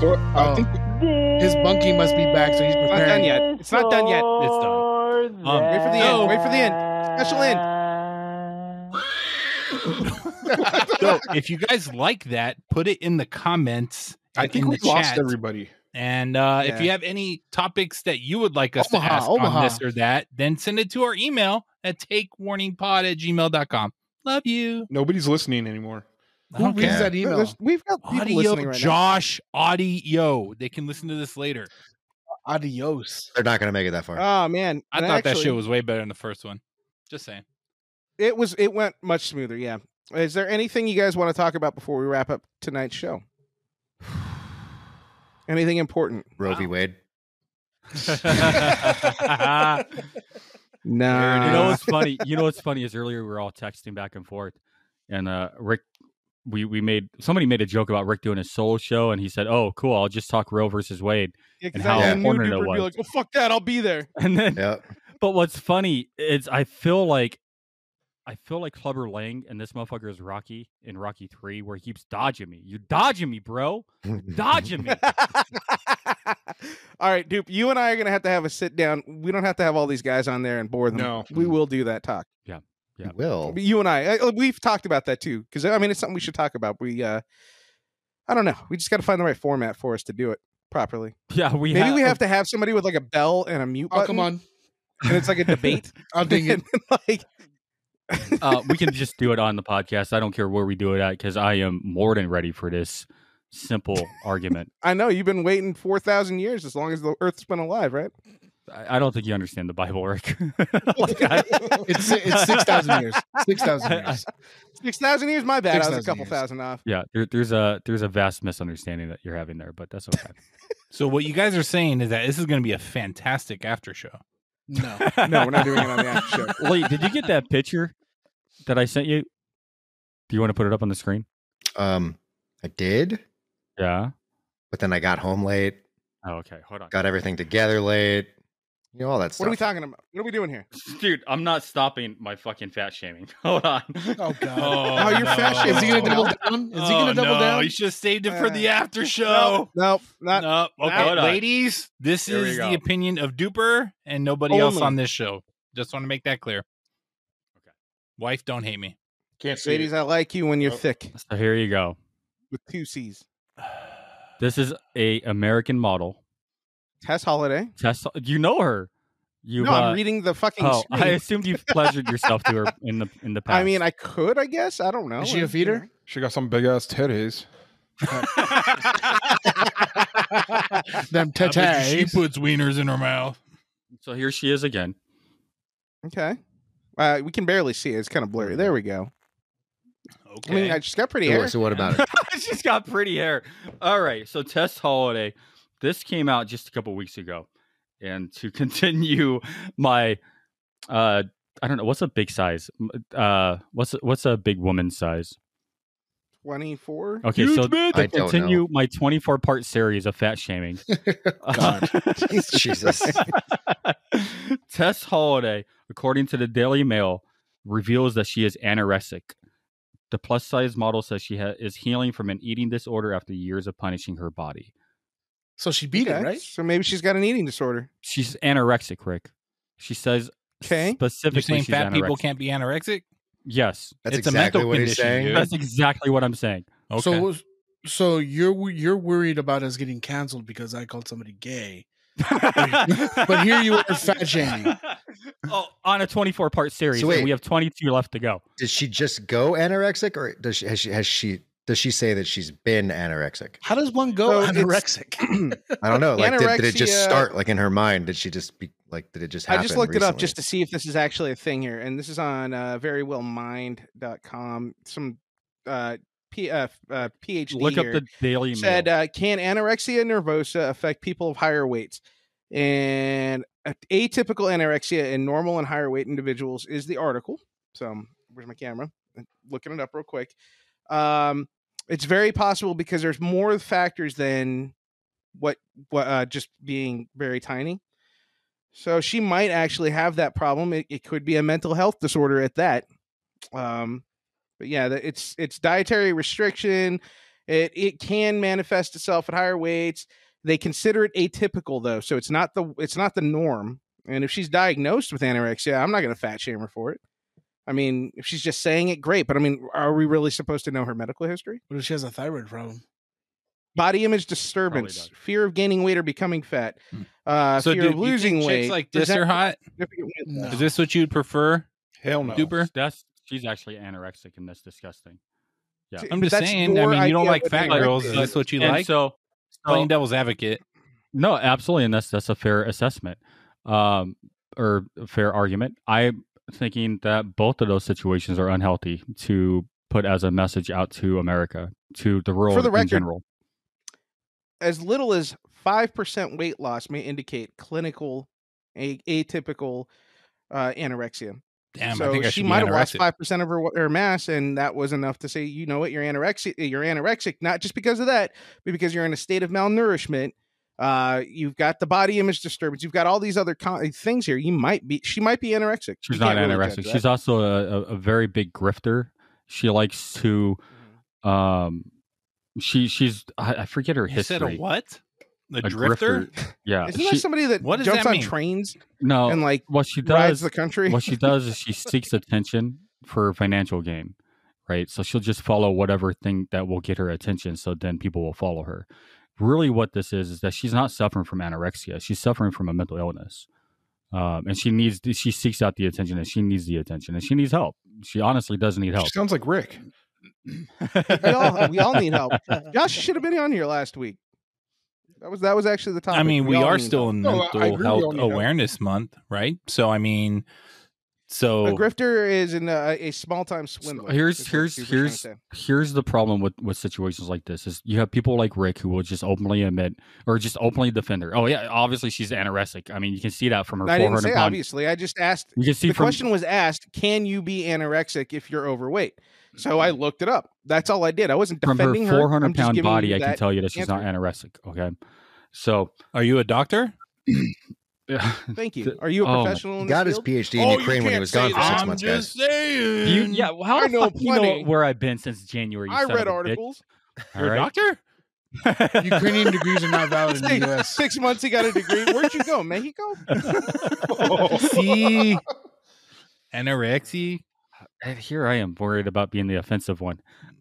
Speaker 5: So I
Speaker 8: Oh.
Speaker 5: uh, think
Speaker 8: His bunkie must be back, so he's
Speaker 2: It's not done
Speaker 8: preparing.
Speaker 2: yet. It's not done yet.
Speaker 3: It's done. Um,
Speaker 2: Wait for the end.
Speaker 3: so-
Speaker 2: Wait for the end. Special
Speaker 6: Uh,
Speaker 2: end.
Speaker 3: So if you guys like that, put it in the comments.
Speaker 5: I
Speaker 3: and
Speaker 5: think
Speaker 3: in
Speaker 5: we
Speaker 3: the
Speaker 5: lost
Speaker 3: chat.
Speaker 5: everybody.
Speaker 3: And uh, if
Speaker 2: Yeah.
Speaker 3: you have any topics that you would like us to
Speaker 8: Omaha,
Speaker 3: ask
Speaker 8: Omaha.
Speaker 3: on this or that, then send it to our email at takewarningpod at gmail.com. Love you.
Speaker 5: Nobody's listening anymore.
Speaker 3: I
Speaker 8: Who
Speaker 3: don't
Speaker 8: reads
Speaker 3: care.
Speaker 8: that email?
Speaker 2: There's- We've got people
Speaker 3: Audio,
Speaker 2: listening right
Speaker 3: Josh, audio. They can listen to this later.
Speaker 8: Adios.
Speaker 4: They're not going to make it that far.
Speaker 2: now. Oh man,
Speaker 3: I
Speaker 2: And
Speaker 3: thought that
Speaker 2: actually,
Speaker 3: shit was way better than the first one. Just saying.
Speaker 2: It was. It went much smoother. Yeah. Is there anything you guys want to talk about before we wrap up tonight's show? Anything important?
Speaker 4: Roe v. Wade.
Speaker 2: No.
Speaker 6: you know what's funny? You know what's funny is earlier we were all texting back and forth, and uh, Rick, we we made somebody made a joke about Rick doing his solo show, and he said, "Oh, cool, I'll just talk Roe versus Wade."
Speaker 2: Yeah, 'cause
Speaker 6: and
Speaker 2: I
Speaker 6: how
Speaker 2: knew
Speaker 6: important it
Speaker 2: Duper would be
Speaker 6: was.
Speaker 2: like, oh fuck that, I'll be there.
Speaker 6: And then,
Speaker 4: Yep.
Speaker 6: but what's funny is I feel like I feel like Clubber Lang, and this motherfucker is Rocky in Rocky Three, where he keeps dodging me. You're dodging me, bro. Dodging me.
Speaker 2: all right, Dupe, you and I are gonna have to have a sit down. We don't have to have all these guys on there and bore them.
Speaker 5: No.
Speaker 2: We will do that talk.
Speaker 6: Yeah.
Speaker 4: Will.
Speaker 2: You and I, I- we've talked about that too, because I mean it's something we should talk about. We, uh I don't know, we just got to find the right format for us to do it properly.
Speaker 6: Yeah, we oh
Speaker 2: Maybe we have to have somebody with like a bell and a mute
Speaker 8: Oh,
Speaker 2: button.
Speaker 8: come on.
Speaker 2: and it's like a debate.
Speaker 8: I'll ding it.
Speaker 2: and like,
Speaker 6: uh, we can just do it on the podcast. I don't care where we do it at because I am more than ready for this simple argument.
Speaker 2: I know you've been waiting four thousand years, as long as the Earth's been alive, right?
Speaker 6: I, I don't think you understand the Bible, Rick. Like, I-
Speaker 8: It's it's six thousand years. Six thousand years.
Speaker 2: Six thousand years, my bad. I was a
Speaker 8: 6,000
Speaker 2: couple
Speaker 8: years.
Speaker 2: thousand off.
Speaker 6: Yeah, there, there's a there's a vast misunderstanding that you're having there, but that's okay.
Speaker 3: So what you guys are saying is that this is going to be a fantastic after show.
Speaker 8: No.
Speaker 2: No, we're not doing it on the after show.
Speaker 6: Wait, did you get that picture that I sent you? Do you want to put it up on the screen?
Speaker 4: Um, I did,
Speaker 6: Yeah.
Speaker 4: but then I got home late,
Speaker 6: Oh, okay. Hold on,
Speaker 4: got everything together late, you know all that stuff.
Speaker 2: What are we talking about? What are we doing here?
Speaker 6: dude. I'm not stopping my fucking fat shaming. Hold on.
Speaker 8: Oh god.
Speaker 2: Oh, you're fashion-
Speaker 8: Is he gonna
Speaker 2: Oh,
Speaker 8: double
Speaker 2: no.
Speaker 8: down? Is he gonna double
Speaker 3: Oh, no,
Speaker 8: down?
Speaker 3: You should have saved it for the
Speaker 2: Uh,
Speaker 3: after show.
Speaker 2: Nope, not
Speaker 3: No, okay,
Speaker 6: Hold on.
Speaker 3: ladies, this
Speaker 6: Here we
Speaker 3: is
Speaker 6: go.
Speaker 3: the opinion of Duper and nobody else
Speaker 2: Only.
Speaker 3: on this show. Just want to make that clear. Okay. Wife, don't hate me.
Speaker 5: Can't see.
Speaker 2: Mercedes. I like you when you're
Speaker 5: Oh.
Speaker 2: thick
Speaker 6: So here you go.
Speaker 2: with two C's.
Speaker 6: This is a American model.
Speaker 2: Tess Holiday.
Speaker 6: Tess, you know her. You
Speaker 2: no,
Speaker 6: uh,
Speaker 2: I'm reading the fucking.
Speaker 6: Oh,
Speaker 2: screen.
Speaker 6: I
Speaker 2: I,
Speaker 6: assumed you've pleasured yourself to her in the in the past.
Speaker 2: mean, I could, I guess. I don't know.
Speaker 8: Is she a
Speaker 2: Uh,
Speaker 8: feeder?
Speaker 5: She got some big ass titties.
Speaker 8: Them
Speaker 3: I bet you She
Speaker 8: tatas.
Speaker 3: puts wieners in her mouth.
Speaker 6: so here she is again.
Speaker 2: Okay. Uh, we can barely see it. It's kind of blurry.
Speaker 8: Mm-hmm.
Speaker 2: There we go.
Speaker 3: Okay.
Speaker 2: I mean, I just got pretty
Speaker 4: So,
Speaker 2: hair.
Speaker 4: what- so what about it?
Speaker 6: She's got pretty hair. All right, so Tess Holiday, this came out just a couple weeks ago, and to continue my, uh, I don't know what's a big size. M- Uh, what's a, what's a big woman size?
Speaker 2: 24.
Speaker 8: Oh,
Speaker 6: Okay, so
Speaker 4: I
Speaker 6: to
Speaker 4: don't know.
Speaker 6: continue my twenty four part series of fat shaming.
Speaker 8: God.
Speaker 4: Jesus.
Speaker 6: Tess Holiday, according to the Daily Mail, reveals that she is anorexic. The plus size model says she ha- is healing from an eating disorder after years of punishing her body.
Speaker 8: So she beat
Speaker 2: Okay,
Speaker 8: it, right?
Speaker 2: So maybe she's got an eating disorder.
Speaker 6: She's anorexic, Rick. She says
Speaker 2: Okay.
Speaker 3: You're
Speaker 6: specifically
Speaker 3: saying
Speaker 6: she's
Speaker 3: fat people
Speaker 6: anorexic.
Speaker 3: can't be anorexic?
Speaker 6: Yes,
Speaker 4: That's
Speaker 3: It's a
Speaker 4: exactly
Speaker 3: mental
Speaker 4: what he's
Speaker 3: condition,
Speaker 4: saying.
Speaker 3: dude.
Speaker 6: that's exactly what I'm saying.
Speaker 3: Okay.
Speaker 8: So so you're wo- you're worried about us getting canceled because I called somebody gay.
Speaker 6: but
Speaker 8: here you are, fat shaming.
Speaker 6: Oh, on a 24 part series,
Speaker 4: So
Speaker 6: and
Speaker 4: wait.
Speaker 6: we have 22 left to go.
Speaker 4: Did she just go anorexic, or does she has she has she does she say that she's been anorexic?
Speaker 8: How does one go
Speaker 2: So it's-
Speaker 8: anorexic?
Speaker 4: I don't know. Like, did, did it just
Speaker 2: Anorexia-
Speaker 4: start like in her mind? Did she just be like? Did it just happen?
Speaker 2: I just looked it up just to
Speaker 4: recently?
Speaker 2: see if this is actually a thing here, and this is on uh, verywellmind.com. Some uh, P, uh, uh, PhD
Speaker 6: Look up
Speaker 2: here
Speaker 6: the Daily
Speaker 2: said,
Speaker 6: Mail.
Speaker 2: uh, "Can anorexia nervosa affect people of higher weights?" And uh, atypical anorexia in normal and higher weight individuals is the article. So um, where's my camera? I'm looking it up real quick. Um, it's very possible because there's more factors than what what uh, just being very tiny. So she might actually have that problem. It, it could be a mental health disorder at that. Um, but yeah, the- it's it's dietary restriction. It it can manifest itself at higher weights. They consider it atypical though, so it's not the it's not the norm. And if she's diagnosed with anorexia, I'm not going to fat shame her for it. I mean, if she's just saying it, great. But I mean, are we really supposed to know her medical history?
Speaker 8: What if she has a thyroid problem?
Speaker 2: Body image disturbance,
Speaker 6: not.
Speaker 2: fear of gaining weight or becoming fat,
Speaker 3: Hmm.
Speaker 2: uh,
Speaker 3: So,
Speaker 2: fear
Speaker 3: dude,
Speaker 2: of
Speaker 3: you think
Speaker 2: losing
Speaker 3: chicks
Speaker 2: weight.
Speaker 3: like this are
Speaker 2: present
Speaker 3: hot?
Speaker 2: significant weight
Speaker 8: No.
Speaker 3: Is this what you'd prefer,
Speaker 5: Hell no.
Speaker 3: Duper?
Speaker 6: that's she's actually anorexic, and that's disgusting. Yeah.
Speaker 2: See,
Speaker 3: I'm just
Speaker 2: that's
Speaker 3: saying. I
Speaker 2: your
Speaker 3: mean, you don't
Speaker 2: idea
Speaker 3: like
Speaker 2: of
Speaker 3: fat
Speaker 2: anorexia.
Speaker 3: girls. Is that's what you
Speaker 6: and
Speaker 3: like?
Speaker 6: so,
Speaker 3: Playing
Speaker 6: so
Speaker 3: devil's advocate.
Speaker 6: No, absolutely, and that's that's a fair assessment, um, or a fair argument. I'm thinking that both of those situations are unhealthy to put as a message out to America, to the world
Speaker 2: the
Speaker 6: in
Speaker 2: record-
Speaker 6: general.
Speaker 2: as little as 5% weight loss may indicate clinical a- atypical uh, anorexia.
Speaker 3: Damn,
Speaker 2: so
Speaker 3: I think I
Speaker 2: she
Speaker 3: should
Speaker 2: might
Speaker 3: be
Speaker 2: have lost
Speaker 3: anorexic.
Speaker 2: 5% of her, wa- her mass and that was enough to say, you know what, you're anorexic, eh, you're anorexic not just because of that, but because you're in a state of malnourishment. Uh, you've got the body image disturbance. You've got all these other con- things here. You might be, she might be anorexic.
Speaker 6: She's
Speaker 2: You
Speaker 6: not
Speaker 2: can't really
Speaker 6: anorexic.
Speaker 2: judge that.
Speaker 6: She's also a, a, a very big grifter. She likes to,
Speaker 2: Mm-hmm.
Speaker 6: um, she she's I, I forget her
Speaker 3: You said a
Speaker 6: history.
Speaker 3: what? A,
Speaker 6: A
Speaker 3: drifter?
Speaker 6: Yeah,
Speaker 2: Isn't
Speaker 6: she-
Speaker 2: that somebody that
Speaker 3: uh, what does
Speaker 2: jumps
Speaker 3: that
Speaker 2: on
Speaker 3: mean? Oh,
Speaker 2: trains
Speaker 6: no.
Speaker 2: and like
Speaker 6: what she
Speaker 2: rides
Speaker 6: does
Speaker 2: the country?
Speaker 6: what she does is she seeks attention for a financial gain, right? So she'll just follow whatever thing that will get her attention. So then people will follow her. Really, what this is is that she's not suffering from anorexia. She's suffering from a mental illness, um, and she needs she seeks out the attention, and she needs the attention, and she needs help. She honestly does need help.
Speaker 5: She sounds like Rick.
Speaker 2: we all we all need help. Josh should have been on here last week. That was that was actually the topic.
Speaker 3: I mean, we
Speaker 2: all
Speaker 3: are
Speaker 2: need
Speaker 3: still in
Speaker 5: No, I- I
Speaker 3: Mental
Speaker 5: agree we all
Speaker 3: Health
Speaker 5: need help.
Speaker 3: Awareness Month, right? So, I mean,
Speaker 2: help.
Speaker 3: so
Speaker 2: a grifter is in a, a small time swindler.
Speaker 6: here's-
Speaker 2: is what
Speaker 6: here's-
Speaker 2: Steve was trying to
Speaker 6: here's-
Speaker 2: say.
Speaker 6: here's the problem with with situations like this is you have people like Rick who will just openly admit or just openly defend her. Oh yeah, obviously she's anorexic. I mean, you can see that from her
Speaker 2: I
Speaker 6: 400
Speaker 2: didn't say
Speaker 6: pound-
Speaker 2: obviously. I just asked.
Speaker 6: You can see
Speaker 2: The
Speaker 6: from
Speaker 2: question was asked: Can you be anorexic if you're overweight? So I looked it up. That's all I did. I wasn't
Speaker 6: Mm-hmm. from her
Speaker 2: defending
Speaker 6: 400
Speaker 2: I'm
Speaker 6: hundred
Speaker 2: just
Speaker 6: pound
Speaker 2: giving you
Speaker 6: body, I can
Speaker 2: that-
Speaker 6: tell you that she's not anorexic. Okay, so
Speaker 3: are you a doctor?
Speaker 2: Thank you. Are you a
Speaker 6: Oh my-
Speaker 2: professional?
Speaker 4: He
Speaker 2: in
Speaker 4: got
Speaker 2: this
Speaker 4: his
Speaker 2: field?
Speaker 4: PhD in
Speaker 5: Oh, you
Speaker 4: Ukraine when he
Speaker 5: can't
Speaker 4: was
Speaker 5: say
Speaker 4: gone for
Speaker 5: that.
Speaker 4: six
Speaker 5: I'm
Speaker 4: months, guys.
Speaker 3: saying.
Speaker 6: you, yeah, well, how
Speaker 2: Mm, I
Speaker 6: the
Speaker 2: know
Speaker 6: fuck do you know
Speaker 2: plenty.
Speaker 6: where I've been since January? you
Speaker 2: I
Speaker 6: son of
Speaker 2: read
Speaker 6: a bitch?
Speaker 2: articles.
Speaker 6: All
Speaker 3: You're a
Speaker 6: right.
Speaker 3: doctor?
Speaker 8: Ukrainian degrees are not valid in the U.S.
Speaker 2: Six months, he got a degree. Where'd you go? Mexico.
Speaker 3: See, anorexia.
Speaker 6: And Here I am worried about being the offensive one.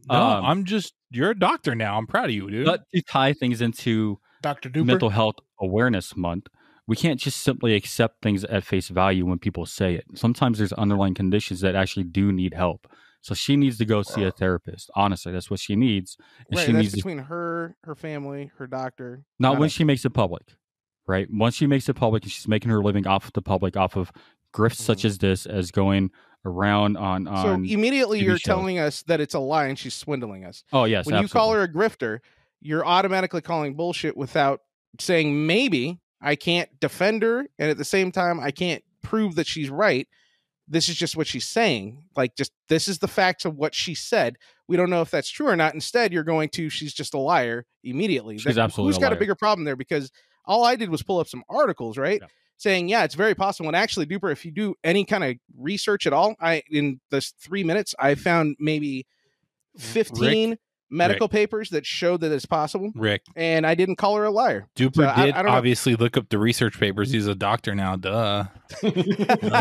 Speaker 3: No,
Speaker 6: Um,
Speaker 3: I'm just. You're a doctor now. I'm proud of you, dude.
Speaker 6: But to tie things into
Speaker 8: Doctor Duper.
Speaker 6: Mental Health Awareness Month, we can't just simply accept things at face value when people say it. Sometimes there's underlying conditions that actually do need help. So she needs to go see a therapist. Honestly, that's what she needs. And
Speaker 2: Right.
Speaker 6: she
Speaker 2: and
Speaker 6: needs
Speaker 2: That's
Speaker 6: to
Speaker 2: between her, her family, her doctor.
Speaker 6: not
Speaker 2: not
Speaker 6: when
Speaker 2: us.
Speaker 6: she makes it public right once she makes it public and she's making her living off of the public off of grifts such as this as going around on
Speaker 2: Mm-hmm. So
Speaker 6: on
Speaker 2: immediately
Speaker 6: TV
Speaker 2: you're
Speaker 6: shows.
Speaker 2: telling us that it's a lie and she's swindling us.
Speaker 6: oh yes
Speaker 2: when you call her a grifter, you're automatically calling bullshit without saying maybe I can't defend her and at the same time I can't prove that she's right. This is just what she's saying. Like just this is the facts of what she said. We don't know if that's true or not. Instead, you're going to she's just a liar immediately.
Speaker 6: She's absolutely
Speaker 2: Who's
Speaker 6: a
Speaker 2: got a
Speaker 6: liar.
Speaker 2: bigger problem there because all I did was pull up some articles, right?
Speaker 6: Yeah.
Speaker 2: Saying, yeah, it's very possible. And actually, Duper, if you do any kind of research at all, I in this three minutes, I found maybe 15 medical papers that showed that it's possible,
Speaker 6: Mm.
Speaker 3: Rick
Speaker 2: and I didn't call her a liar.
Speaker 3: Duper
Speaker 2: I-
Speaker 3: did
Speaker 2: I don't know.
Speaker 3: obviously look up the research papers. He's a doctor now. Duh. God.
Speaker 4: Greg,
Speaker 8: He's
Speaker 4: do you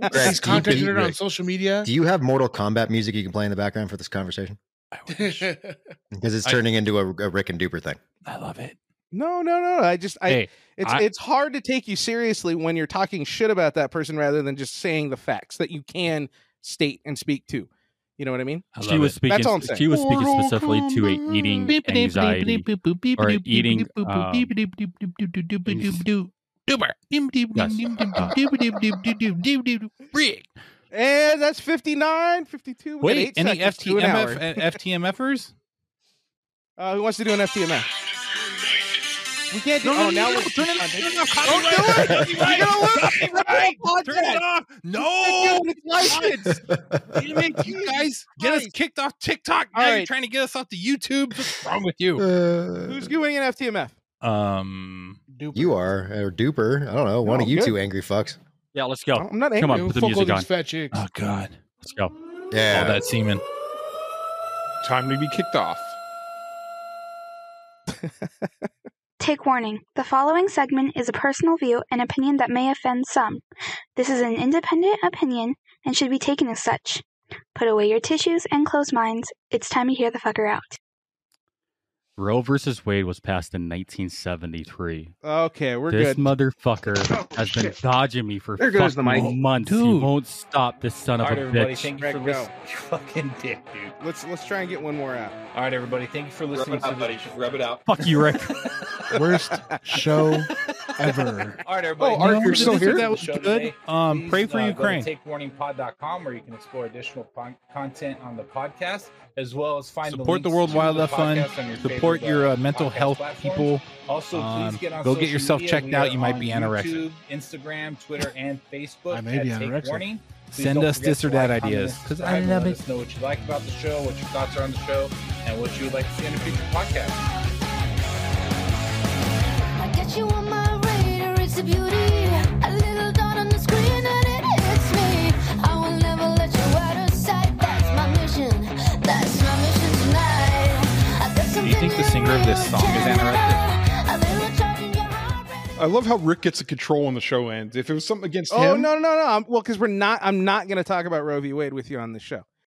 Speaker 8: contacted
Speaker 4: believe-
Speaker 8: her on
Speaker 4: Rick,
Speaker 8: social media.
Speaker 4: Do you have Mortal Kombat music you can play in the background for this conversation? Because it's
Speaker 3: I-
Speaker 4: turning into a, a Rick and Duper thing.
Speaker 3: I love it.
Speaker 2: No, no, no. I just I
Speaker 3: hey,
Speaker 2: it's
Speaker 3: I-
Speaker 2: it's hard to take you seriously when you're talking shit about that person rather than just saying the facts that you can state and speak to. You know what I mean?
Speaker 3: I
Speaker 6: she
Speaker 3: love
Speaker 6: was
Speaker 3: it.
Speaker 6: speaking.
Speaker 2: all I'm saying.
Speaker 6: She was speaking specifically to a eating anxiety or eating. um,
Speaker 3: Duper. Rick.
Speaker 2: And Eh, that's 59, 52. we got
Speaker 3: Wait,
Speaker 2: eight
Speaker 3: any
Speaker 2: seconds to an hour.
Speaker 3: FTMF FTMFers?
Speaker 2: Uh, who wants to do an FTMF? We can't do. oh, now we're
Speaker 3: turn it off.
Speaker 2: Don't do it. You're gonna lose me right on
Speaker 3: Turn it off. No.
Speaker 2: podcast. Dude, it's licensed.
Speaker 3: Damn it, you guys get us
Speaker 2: Christ.
Speaker 3: kicked off TikTok.
Speaker 2: All
Speaker 3: Now you're
Speaker 2: right.
Speaker 3: trying to get us off the YouTube. What's wrong with you?
Speaker 5: Uh,
Speaker 2: Who's doing an FTMF?
Speaker 3: Um,
Speaker 4: You are or Duper. I don't know. One
Speaker 2: No,
Speaker 4: of you
Speaker 2: good.
Speaker 4: two angry fucks.
Speaker 6: Yeah, let's go.
Speaker 2: I'm not angry.
Speaker 6: Come on,
Speaker 8: Yo,
Speaker 6: put the
Speaker 8: fuck all
Speaker 6: music on.
Speaker 8: these fat chicks.
Speaker 3: oh God,
Speaker 6: Let's go.
Speaker 4: Yeah.
Speaker 3: all that semen.
Speaker 5: Time to be kicked off.
Speaker 9: Take warning. The following segment is a personal view and opinion that may offend some. This is an independent opinion and should be taken as such. Put away your tissues and closed minds. It's time you hear the fucker out.
Speaker 6: Roe versus Wade was passed in 1973.
Speaker 2: Okay, we're
Speaker 6: this
Speaker 2: good. Oh,
Speaker 6: motherfucker has been dodging me for
Speaker 2: There goes the mic.
Speaker 6: fucking months. He
Speaker 3: Dude.
Speaker 6: won't stop. This son of
Speaker 10: All right,
Speaker 6: a
Speaker 10: everybody.
Speaker 6: bitch.
Speaker 10: Thank you
Speaker 2: Greg,
Speaker 10: for
Speaker 2: go.
Speaker 10: listening. Fucking dick, dude.
Speaker 2: let's let's try and get one more out.
Speaker 10: All right, everybody. Thank you for
Speaker 11: Rub
Speaker 10: listening
Speaker 11: it
Speaker 10: to
Speaker 11: out,
Speaker 10: the
Speaker 11: buddy. Rub it out.
Speaker 6: Fuck you, Rick.
Speaker 8: Worst show ever.
Speaker 10: All right, everybody.
Speaker 5: Oh, Art,
Speaker 10: Thank you
Speaker 5: you're
Speaker 10: for
Speaker 5: still
Speaker 10: listening to
Speaker 5: here?
Speaker 10: the
Speaker 3: That was
Speaker 10: show
Speaker 3: good.
Speaker 10: today.
Speaker 3: Um, pray
Speaker 10: Please,
Speaker 3: for
Speaker 10: uh,
Speaker 3: Ukraine.
Speaker 10: Go to takewarningpod.com where you can explore additional pon- content on the podcast as well as find
Speaker 3: Support the
Speaker 10: links
Speaker 3: World
Speaker 10: to
Speaker 3: Wildlife Fund.
Speaker 10: podcast on
Speaker 3: Support
Speaker 10: favorite,
Speaker 3: your
Speaker 10: uh,
Speaker 3: uh, mental
Speaker 10: podcast
Speaker 3: health
Speaker 10: platforms.
Speaker 3: people.
Speaker 10: Also, please
Speaker 3: Um,
Speaker 10: get on
Speaker 3: go get
Speaker 10: social
Speaker 3: yourself
Speaker 10: media.
Speaker 3: checked
Speaker 10: We
Speaker 3: out.
Speaker 10: are
Speaker 3: You might
Speaker 10: on
Speaker 3: be anorexic.
Speaker 10: YouTube, Instagram, Twitter, and Facebook.
Speaker 8: I may be
Speaker 10: at Take
Speaker 8: anorexic.
Speaker 10: Warning. Please
Speaker 3: Send
Speaker 10: don't
Speaker 3: us
Speaker 10: forget
Speaker 3: this or
Speaker 10: to like,
Speaker 3: that
Speaker 10: comment,
Speaker 3: ideas,
Speaker 10: and
Speaker 3: 'cause I
Speaker 10: subscribe, and
Speaker 3: love
Speaker 10: let
Speaker 3: it.
Speaker 10: us know what you like about the show, what your thoughts are on the show, and what you would like to see in a future podcast.
Speaker 9: I got you on my radar, it's a beauty. A little dot on the screen and it hits me. I will never let you out of sight. That's my mission. That's my mission tonight. I got
Speaker 3: Do you think the singer of this song is anorexic?
Speaker 9: a little charge in your heart.
Speaker 5: I love how Rick gets a control when the show ends. If it was something against
Speaker 2: Oh
Speaker 5: him,
Speaker 2: no no no! I'm, well, because we're not. I'm not going to talk about Roe v. Wade with you on the show.